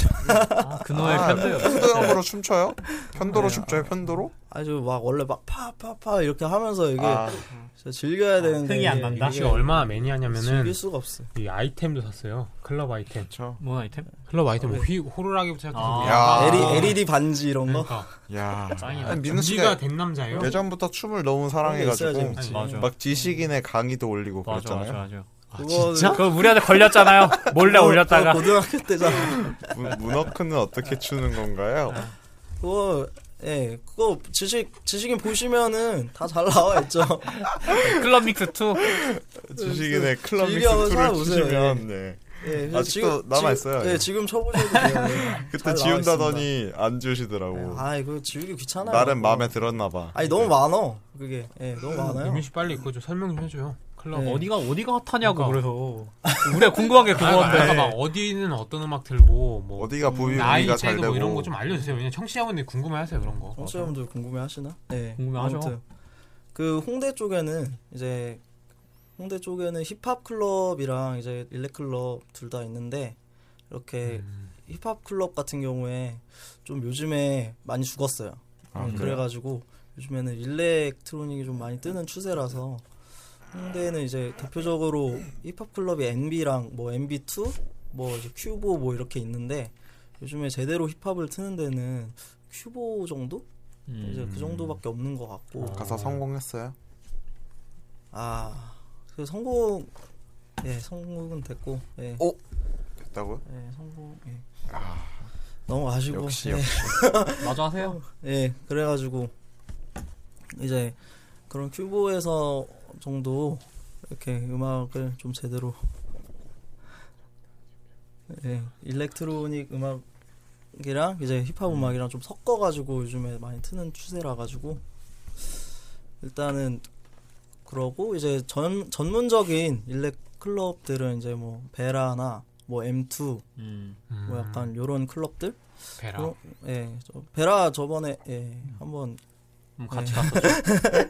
[SPEAKER 3] 아, 근호의 네. 편들.
[SPEAKER 4] 편도염으로 춤춰요? 편도로 춤춰요? 편도로?
[SPEAKER 6] 아주 막 원래 막 파파파 이렇게 하면서 이게
[SPEAKER 4] 아,
[SPEAKER 6] 진짜 즐겨야 되는데
[SPEAKER 3] 흥이 안
[SPEAKER 6] 이게
[SPEAKER 3] 난다.
[SPEAKER 5] 민우 씨가 그 얼마나 매니아냐면은
[SPEAKER 6] 즐길 수가 없어.
[SPEAKER 5] 이 아이템도 샀어요. 클럽 아이템.
[SPEAKER 4] 그렇죠.
[SPEAKER 3] 뭔 아이템?
[SPEAKER 5] 클럽 아이템
[SPEAKER 6] 네.
[SPEAKER 5] 뭐 휘, 호루라기부터
[SPEAKER 3] 아.
[SPEAKER 5] 시작해서
[SPEAKER 4] 야.
[SPEAKER 6] LED, LED 반지 이런 거.
[SPEAKER 5] 그러니까
[SPEAKER 4] 야,
[SPEAKER 3] 짱이다.
[SPEAKER 4] 아니, 민우
[SPEAKER 5] 연기가
[SPEAKER 4] 씨가
[SPEAKER 5] 된 남자예요.
[SPEAKER 4] 예전부터 춤을 너무
[SPEAKER 6] 그런 게 있어야
[SPEAKER 4] 사랑해가지고
[SPEAKER 6] 재밌지.
[SPEAKER 3] 맞아.
[SPEAKER 4] 막 지식인의 강의도 올리고
[SPEAKER 3] 그렇죠. 맞아 맞아
[SPEAKER 4] 그랬잖아요.
[SPEAKER 3] 맞아.
[SPEAKER 6] 그거
[SPEAKER 3] 그 우리한테 걸렸잖아요. 몰래
[SPEAKER 6] 뭐,
[SPEAKER 3] 올렸다가
[SPEAKER 6] 고등학교 때잖아.
[SPEAKER 4] 문, 문어크는 어떻게 추는 건가요?
[SPEAKER 6] 그거 예, 그거 지식 지식인 보시면은 다 잘 나와 있죠.
[SPEAKER 3] 클럽 믹스 2
[SPEAKER 4] 주식인의 클럽 믹스
[SPEAKER 6] 즐겨 한번
[SPEAKER 4] 2를
[SPEAKER 6] 사보세요,
[SPEAKER 4] 주시면 네.
[SPEAKER 6] 예, 그래서
[SPEAKER 4] 아직도 남아있어요,
[SPEAKER 6] 지금,
[SPEAKER 4] 예.
[SPEAKER 6] 예, 지금 쳐보셔도 돼요. 예.
[SPEAKER 4] 그때
[SPEAKER 6] 잘 나와
[SPEAKER 4] 지운다더니 안
[SPEAKER 6] 있습니다.
[SPEAKER 4] 주시더라고.
[SPEAKER 6] 아, 이거 지우기 귀찮아요.
[SPEAKER 4] 나름 마음에 네. 들었나 봐.
[SPEAKER 6] 아니 너무 많어. 그게 예, 너무 많아요.
[SPEAKER 5] 음, 유민 씨 빨리 그거 좀 설명 좀 해줘요. 클럽
[SPEAKER 6] 네.
[SPEAKER 3] 어디가 어디가 핫하냐고
[SPEAKER 5] 그러니까.
[SPEAKER 3] 그래서 우리가 궁금한 게
[SPEAKER 5] 아까 아까 막
[SPEAKER 3] 그건데
[SPEAKER 5] 어디는 어떤 음악 들고 뭐
[SPEAKER 4] 어디가 부위
[SPEAKER 5] 나이
[SPEAKER 4] 분위기가 잘
[SPEAKER 5] 차이도
[SPEAKER 4] 되고
[SPEAKER 5] 뭐 이런 거 좀 알려주세요. 왜냐 면 청취자분들이 궁금해하세요 그런 거.
[SPEAKER 6] 청취자분들 어, 궁금해하시나? 네,
[SPEAKER 3] 뭐. 궁금해하죠.
[SPEAKER 6] 아무튼 그 홍대 쪽에는 이제 홍대 쪽에는 힙합 클럽이랑 이제 일렉 클럽 둘 다 있는데 이렇게
[SPEAKER 3] 음.
[SPEAKER 6] 힙합 클럽 같은 경우에 좀 요즘에 많이 죽었어요.
[SPEAKER 4] 아,
[SPEAKER 6] 음,
[SPEAKER 4] 그래요?
[SPEAKER 6] 그래가지고 요즘에는 일렉트로닉이 좀 많이 뜨는 추세라서 홍대에는 이제 대표적으로 힙합 클럽이 NB랑 뭐 NB2, 뭐 이제 큐보 뭐 이렇게 있는데 요즘에 제대로 힙합을 트는 데는 큐보 정도? 이제
[SPEAKER 4] 음.
[SPEAKER 6] 그 정도밖에 없는 것 같고
[SPEAKER 4] 가사 성공했어요?
[SPEAKER 6] 아 그 성공 예 성공은 됐고 예,
[SPEAKER 4] 어? 됐다고요?
[SPEAKER 6] 예 성공 예 너무 아쉬고
[SPEAKER 4] 아, 역시
[SPEAKER 6] 예.
[SPEAKER 4] 역시.
[SPEAKER 3] 맞아
[SPEAKER 5] 어,
[SPEAKER 3] 하세요
[SPEAKER 6] 예, 그래가지고 이제 그런 큐보에서 정도 이렇게 음악을 좀 제대로 예, 일렉트로닉 음악이랑 이제 힙합 음악이랑 좀 섞어가지고 요즘에 많이 트는 추세라 가지고 일단은 그러고 이제 전 전문적인 일렉 클럽들은 이제 뭐 베라나 뭐 M2
[SPEAKER 3] 음.
[SPEAKER 5] 음,
[SPEAKER 6] 뭐 약간 요런 클럽들
[SPEAKER 5] 베라.
[SPEAKER 6] 어, 예, 저 베라 저번에 예, 한번
[SPEAKER 3] 음, 같이
[SPEAKER 6] 예,
[SPEAKER 3] 갔었죠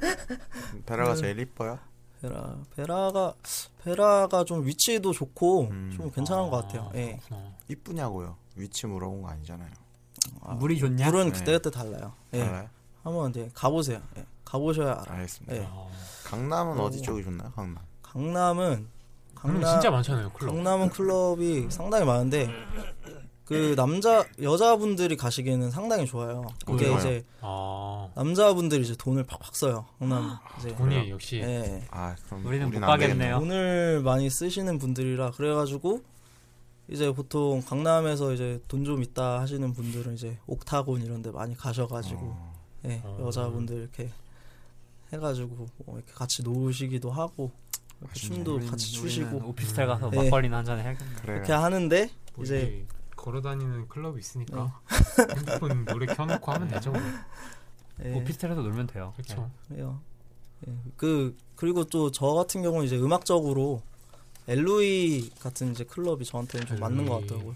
[SPEAKER 4] 베라가
[SPEAKER 6] 음.
[SPEAKER 4] 제일 이뻐요?
[SPEAKER 6] 베라 베라가 베라가 좀 위치도 좋고
[SPEAKER 4] 음.
[SPEAKER 6] 좀 괜찮은 것 같아요. 예.
[SPEAKER 5] 그렇구나.
[SPEAKER 4] 이쁘냐고요? 위치 물어본 거 아니잖아요.
[SPEAKER 3] 물이 좋냐
[SPEAKER 6] 물은
[SPEAKER 4] 네.
[SPEAKER 6] 그때 그때 달라요. 예,
[SPEAKER 5] 네.
[SPEAKER 4] 알아요?
[SPEAKER 6] 한번 이제 가보세요. 예, 가보셔야 알아.
[SPEAKER 4] 네. 알겠습니다.
[SPEAKER 6] 예,
[SPEAKER 5] 아,
[SPEAKER 4] 강남은
[SPEAKER 6] 어.
[SPEAKER 4] 어디 쪽이 좋나요? 강남.
[SPEAKER 6] 강남은
[SPEAKER 5] 그럼 음,
[SPEAKER 6] 강남
[SPEAKER 5] 진짜 많잖아요 클럽.
[SPEAKER 6] 강남은 클럽이 상당히 많은데 그 남자 여자분들이 가시기에는 상당히 좋아요.
[SPEAKER 5] 어,
[SPEAKER 6] 그게
[SPEAKER 4] 좋아요.
[SPEAKER 6] 이제
[SPEAKER 5] 아
[SPEAKER 6] 남자분들이 이제 돈을 팍팍 써요. 강남 이제
[SPEAKER 5] 돈이 역시
[SPEAKER 6] 예.
[SPEAKER 4] 아 그럼
[SPEAKER 3] 우리는
[SPEAKER 4] 우린
[SPEAKER 3] 못
[SPEAKER 4] 안 되겠네.
[SPEAKER 3] 가겠네요
[SPEAKER 6] 돈을 많이 쓰시는 분들이라 그래가지고 이제 보통 강남에서 이제 돈 좀 있다 하시는 분들은 이제 옥타곤 이런데 많이 가셔가지고
[SPEAKER 3] 어.
[SPEAKER 4] 어,
[SPEAKER 6] 예,
[SPEAKER 3] 아.
[SPEAKER 6] 여자분들 이렇게 해가지고 뭐 이렇게 같이 노시기도 하고 이렇게 춤도
[SPEAKER 3] 우리는-
[SPEAKER 6] 같이
[SPEAKER 3] 아, 우리는
[SPEAKER 6] 추시고
[SPEAKER 3] 오피스텔 가서
[SPEAKER 6] 예.
[SPEAKER 3] 막걸리나 한잔 해야겠네
[SPEAKER 4] 그래요.
[SPEAKER 6] 이렇게 하는데
[SPEAKER 5] 뭐
[SPEAKER 6] 이제
[SPEAKER 5] 이제 걸어다니는 클럽이 있으니까 핸드폰 노래 켜놓고 하면 되죠. 뭐.
[SPEAKER 6] 예,
[SPEAKER 3] 오피스텔에서 놀면 돼요
[SPEAKER 5] 그렇죠.
[SPEAKER 6] 그래요. 예, 그 그리고 또 저 같은 경우는 이제 음악적으로 엘루이 같은 이제 클럽이 저한테는 좀 맞는 것
[SPEAKER 5] 엘루이.
[SPEAKER 6] 같더라고요.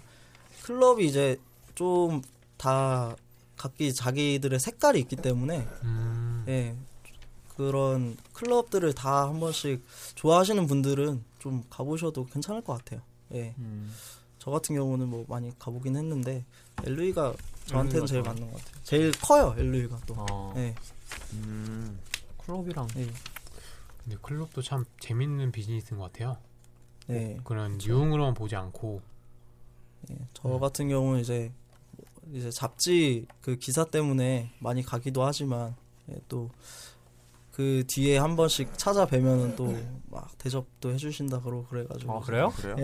[SPEAKER 6] 클럽이 이제 좀 다 각기 자기들의 색깔이 있기 때문에
[SPEAKER 5] 음,
[SPEAKER 6] 예, 그런 클럽들을 다 한 번씩 좋아하시는 분들은 좀 가보셔도 괜찮을 것 같아요. 예,
[SPEAKER 3] 음.
[SPEAKER 6] 저 같은 경우는 뭐 많이 가보긴 했는데 엘루이가
[SPEAKER 3] 엘루이가
[SPEAKER 6] 저한테는 제일
[SPEAKER 3] 좋아요.
[SPEAKER 6] 맞는 것 같아요. 제일 커요 엘루이가 또.
[SPEAKER 3] 어,
[SPEAKER 6] 예,
[SPEAKER 4] 음,
[SPEAKER 3] 클럽이랑
[SPEAKER 6] 예,
[SPEAKER 5] 근데 클럽도 참 재밌는 비즈니스인 것 같아요.
[SPEAKER 6] 예.
[SPEAKER 5] 그런 유흥으로만 보지 않고
[SPEAKER 6] 저 같은 경우는 이제 이제 잡지 그 기사 때문에 많이 가기도 하지만 또 그 뒤에 한 번씩 찾아뵈면은 또 막 대접도 해주신다 그러고 그래가지고
[SPEAKER 3] 어 그래요?
[SPEAKER 4] 그래요?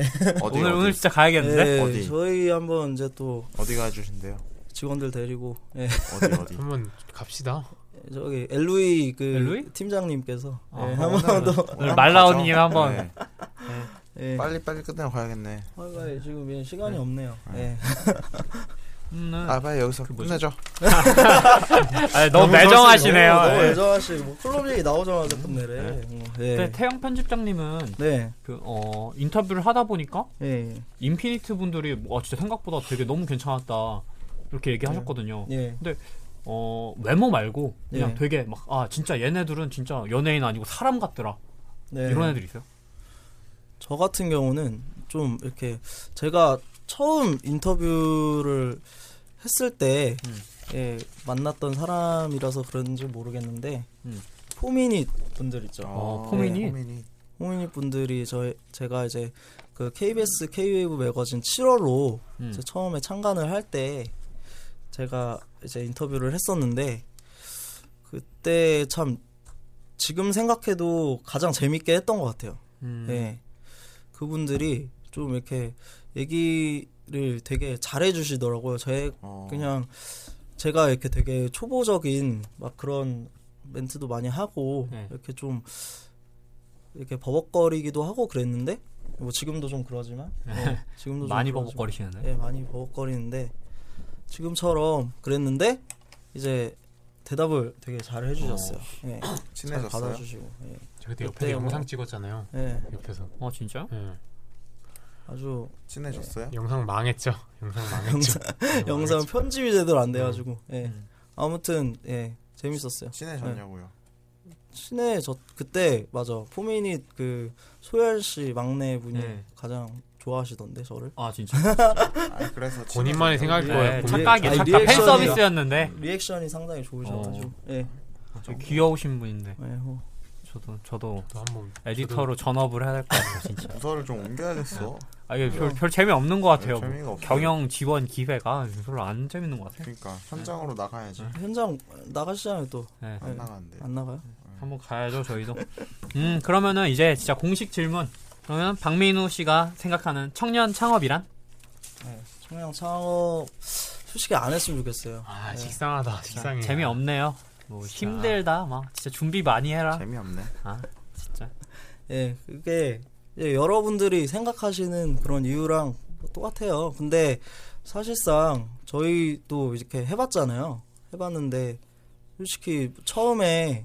[SPEAKER 4] 어디
[SPEAKER 3] 오늘
[SPEAKER 4] 어디,
[SPEAKER 3] 오늘 진짜 가야겠는데
[SPEAKER 6] 예,
[SPEAKER 4] 어디?
[SPEAKER 6] 저희 한번 이제 또
[SPEAKER 4] 어디가 해주신대요?
[SPEAKER 6] 직원들 데리고 예,
[SPEAKER 4] 어디 어디?
[SPEAKER 5] 한번 갑시다.
[SPEAKER 6] 저기 엘루이 그
[SPEAKER 3] 엘루이?
[SPEAKER 6] 팀장님께서
[SPEAKER 3] 아,
[SPEAKER 6] 예,
[SPEAKER 3] 오늘- 네.
[SPEAKER 6] 한번 더
[SPEAKER 3] 오늘 말라오님
[SPEAKER 4] 어, 가죠.
[SPEAKER 3] 한번
[SPEAKER 4] 네.
[SPEAKER 6] 예.
[SPEAKER 4] 빨리 빨리 끝내고 가야겠네.
[SPEAKER 6] 빨리 지금 예, 시간이 없네요.
[SPEAKER 3] 아.
[SPEAKER 6] 예.
[SPEAKER 3] 음,
[SPEAKER 4] 아 빨리 여기서 끝내죠.
[SPEAKER 3] 아니, 너무 매정하시네요 네.
[SPEAKER 6] 너무
[SPEAKER 3] 예.
[SPEAKER 6] 애정하 씨, 뭐 클럽 얘기 나오자마자 끝내래. 어, 예.
[SPEAKER 3] 근데 태영 편집장님은
[SPEAKER 6] 네.
[SPEAKER 3] 그, 어, 인터뷰를 하다 보니까
[SPEAKER 6] 예.
[SPEAKER 3] 인피니트 분들이 와 진짜 생각보다 되게 너무 괜찮았다 이렇게 얘기하셨거든요.
[SPEAKER 6] 예.
[SPEAKER 3] 어 외모 말고 그냥
[SPEAKER 6] 예.
[SPEAKER 3] 되게 막 아 진짜 얘네들은 진짜 연예인 아니고 사람 같더라
[SPEAKER 6] 네.
[SPEAKER 3] 이런 애들 있어요.
[SPEAKER 6] 저 같은 경우는 좀 이렇게 제가 처음 인터뷰를 했을 때
[SPEAKER 3] 음.
[SPEAKER 6] 예, 만났던 사람이라서 그런지 모르겠는데 아,
[SPEAKER 3] 음.
[SPEAKER 6] 포미닛 분들 있죠.
[SPEAKER 3] 어, 포미닛?
[SPEAKER 6] 네,
[SPEAKER 4] 포미닛.
[SPEAKER 6] 포미닛 분들이 저 제가 이제 그 KBS K웨이브 매거진 7월로
[SPEAKER 3] 음.
[SPEAKER 6] 이제 처음에 창간을 할 때 제가 이제 인터뷰를 했었는데 그때 참 지금 생각해도 가장 재밌게 했던 것 같아요.
[SPEAKER 3] 음,
[SPEAKER 6] 예. 그분들이 좀 이렇게 얘기를 되게 잘해 주시더라고요. 제
[SPEAKER 4] 어.
[SPEAKER 6] 그냥 제가 이렇게 되게 초보적인 막 그런 멘트도 많이 하고
[SPEAKER 3] 네.
[SPEAKER 6] 이렇게 좀 이렇게 버벅거리기도 하고 그랬는데 뭐 지금도 좀 그러지만 어, 지금도 좀
[SPEAKER 3] 네. 많이
[SPEAKER 6] 그러지만.
[SPEAKER 3] 버벅거리시는데.
[SPEAKER 6] 예, 많이 버벅거리는데 지금처럼 그랬는데 이제 대답을 되게 잘 해주셨어요. 예, 잘
[SPEAKER 4] 친해졌어요?
[SPEAKER 6] 받아주시고 예,
[SPEAKER 5] 저 그때 옆에
[SPEAKER 6] 그때
[SPEAKER 5] 영상
[SPEAKER 6] 뭐-
[SPEAKER 5] 찍었잖아요.
[SPEAKER 6] 예,
[SPEAKER 5] 옆에서.
[SPEAKER 3] 어 진짜?
[SPEAKER 5] 예.
[SPEAKER 6] 아주
[SPEAKER 4] 친해졌어요?
[SPEAKER 5] 영상 망했죠. 영상 망했죠.
[SPEAKER 3] 아,
[SPEAKER 6] 영상
[SPEAKER 5] 망했죠.
[SPEAKER 6] 편집이 제대로 안
[SPEAKER 3] 음.
[SPEAKER 6] 돼가지고 예. 아무튼 예 재밌었어요.
[SPEAKER 4] 친해졌냐고요?
[SPEAKER 6] 친해졌 그때 맞아 포메인이 그 소열 씨 막내 분이
[SPEAKER 3] 네.
[SPEAKER 6] 가장 좋아하시던데 저를
[SPEAKER 3] 아 진짜.
[SPEAKER 4] 아 그래서
[SPEAKER 5] 본인만의 생각일
[SPEAKER 3] 네,
[SPEAKER 5] 거예요. 본인-
[SPEAKER 3] 착각이
[SPEAKER 6] 아니,
[SPEAKER 3] 착각. 팬
[SPEAKER 6] 리액션이-
[SPEAKER 3] 서비스였는데
[SPEAKER 6] 리액션이 상당히 좋으셔가지고
[SPEAKER 3] 어.
[SPEAKER 6] 예
[SPEAKER 3] 귀여우신 분인데
[SPEAKER 6] 예, 어.
[SPEAKER 3] 저도 저도
[SPEAKER 5] 또 한번
[SPEAKER 3] 에디터로 전업을 해야 될 것 같아요 진짜.
[SPEAKER 4] 부서를 좀 옮겨야겠어.
[SPEAKER 3] 아 이게 별, 별 재미 없는 것 같아요.
[SPEAKER 4] 네, 재미가 없어요.
[SPEAKER 3] 경영 지원 기회가 별로 안 재밌는 것 같아요.
[SPEAKER 4] 그러니까 현장으로 나가야지.
[SPEAKER 6] 현장 나가시잖아요 또 안
[SPEAKER 3] 네.
[SPEAKER 4] 안 나가는데.
[SPEAKER 6] 나가요?
[SPEAKER 3] 한번 가야죠 저희도. 음 그러면은 이제 진짜 공식 질문. 그러면 박민우 씨가 생각하는 청년 창업이란?
[SPEAKER 6] 네. 청량 창업 솔직히 안 했으면 좋겠어요.
[SPEAKER 5] 아 식상하다. 식상해.
[SPEAKER 3] 재미 없네요. 뭐 힘들다 막 진짜 준비 많이 해라.
[SPEAKER 4] 재미없네.
[SPEAKER 3] 아 진짜.
[SPEAKER 6] 예, 그게 이제 여러분들이 생각하시는 그런 이유랑 똑같아요. 근데 사실상 저희도 이렇게 해봤잖아요. 해봤는데 솔직히 처음에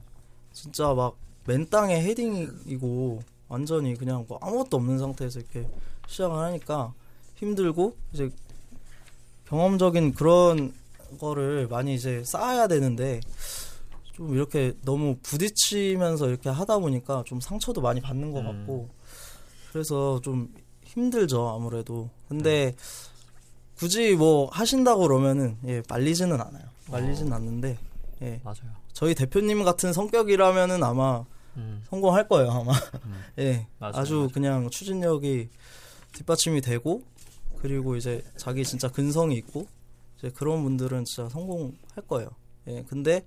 [SPEAKER 6] 진짜 막 맨 땅에 헤딩이고 완전히 그냥 뭐 아무것도 없는 상태에서 이렇게 시작을 하니까 힘들고 이제 경험적인 그런 거를 많이 이제 쌓아야 되는데 좀 이렇게 너무 부딪히면서 이렇게 하다 보니까 좀 상처도 많이 받는 것 같고 그래서 좀 힘들죠 아무래도 근데 굳이 뭐 하신다고 그러면은 예 말리지는 않아요 말리지는 않는데 예
[SPEAKER 3] 맞아요.
[SPEAKER 6] 저희 대표님 같은 성격이라면은 아마
[SPEAKER 3] 음.
[SPEAKER 6] 성공할 거예요 아마 예
[SPEAKER 3] 맞아요,
[SPEAKER 6] 아주
[SPEAKER 3] 맞아요.
[SPEAKER 6] 그냥 추진력이 뒷받침이 되고 그리고 이제 자기 진짜 근성이 있고 이제 그런 분들은 진짜 성공할 거예요 예 근데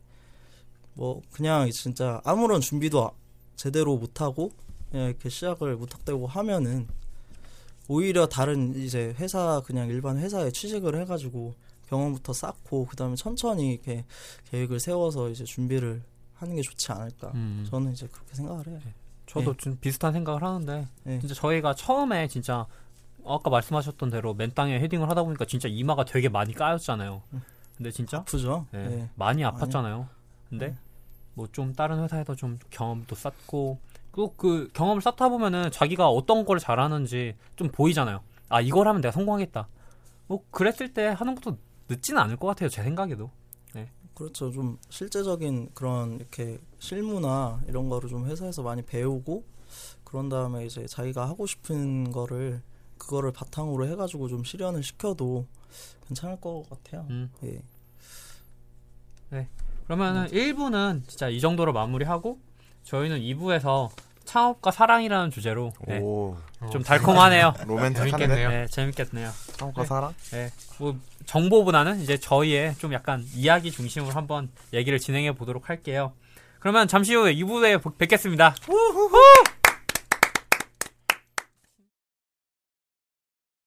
[SPEAKER 6] 뭐 그냥 진짜 아무런 준비도 아- 제대로 못 하고 그냥 이렇게 시작을 무턱대고 하면은 오히려 다른 이제 회사 그냥 일반 회사에 취직을 해가지고 경험부터 쌓고 그다음에 천천히 이렇게 계획을 세워서 이제 준비를 하는 게 좋지 않을까
[SPEAKER 3] 음.
[SPEAKER 6] 저는 이제 그렇게 생각을 해요.
[SPEAKER 3] 저도 좀 비슷한 생각을 하는데
[SPEAKER 6] 네.
[SPEAKER 3] 진짜 저희가 처음에 진짜 아까 말씀하셨던 대로 맨 땅에 헤딩을 하다 보니까 진짜 이마가 되게 많이 까였잖아요. 근데 진짜
[SPEAKER 6] 아프죠?
[SPEAKER 3] 예,
[SPEAKER 6] 예.
[SPEAKER 3] 많이 아팠잖아요. 근데 뭐 좀 다른 회사에서 좀 경험도 쌓고 또 그 경험을 쌓다 보면은 자기가 어떤 걸 잘하는지 좀 보이잖아요. 아 이걸 하면 내가 성공하겠다. 뭐 그랬을 때 하는 것도 늦지는 않을 것 같아요. 제 생각에도.
[SPEAKER 6] 그렇죠. 좀 실제적인 그런 이렇게 실무나 이런 거를 좀 회사에서 많이 배우고 그런 다음에 이제 자기가 하고 싶은 거를 그거를 바탕으로 해가지고 좀 실현을 시켜도 괜찮을 것 같아요.
[SPEAKER 3] 음.
[SPEAKER 6] 예.
[SPEAKER 3] 그러면은 1부는 진짜 이 정도로 마무리하고 저희는 2부에서 창업과 사랑이라는 주제로 네,
[SPEAKER 4] 오
[SPEAKER 3] 좀 달콤하네요.
[SPEAKER 4] 로맨틱한데.
[SPEAKER 5] 재밌겠네요.
[SPEAKER 3] 네, 재밌겠네요.
[SPEAKER 4] 창업과 사랑?
[SPEAKER 3] 네, 뭐 정보보다는 이제 저희의 좀 약간 이야기 중심으로 한번 얘기를 진행해 보도록 할게요. 그러면 잠시 후에 2부에 뵙겠습니다. 우후후!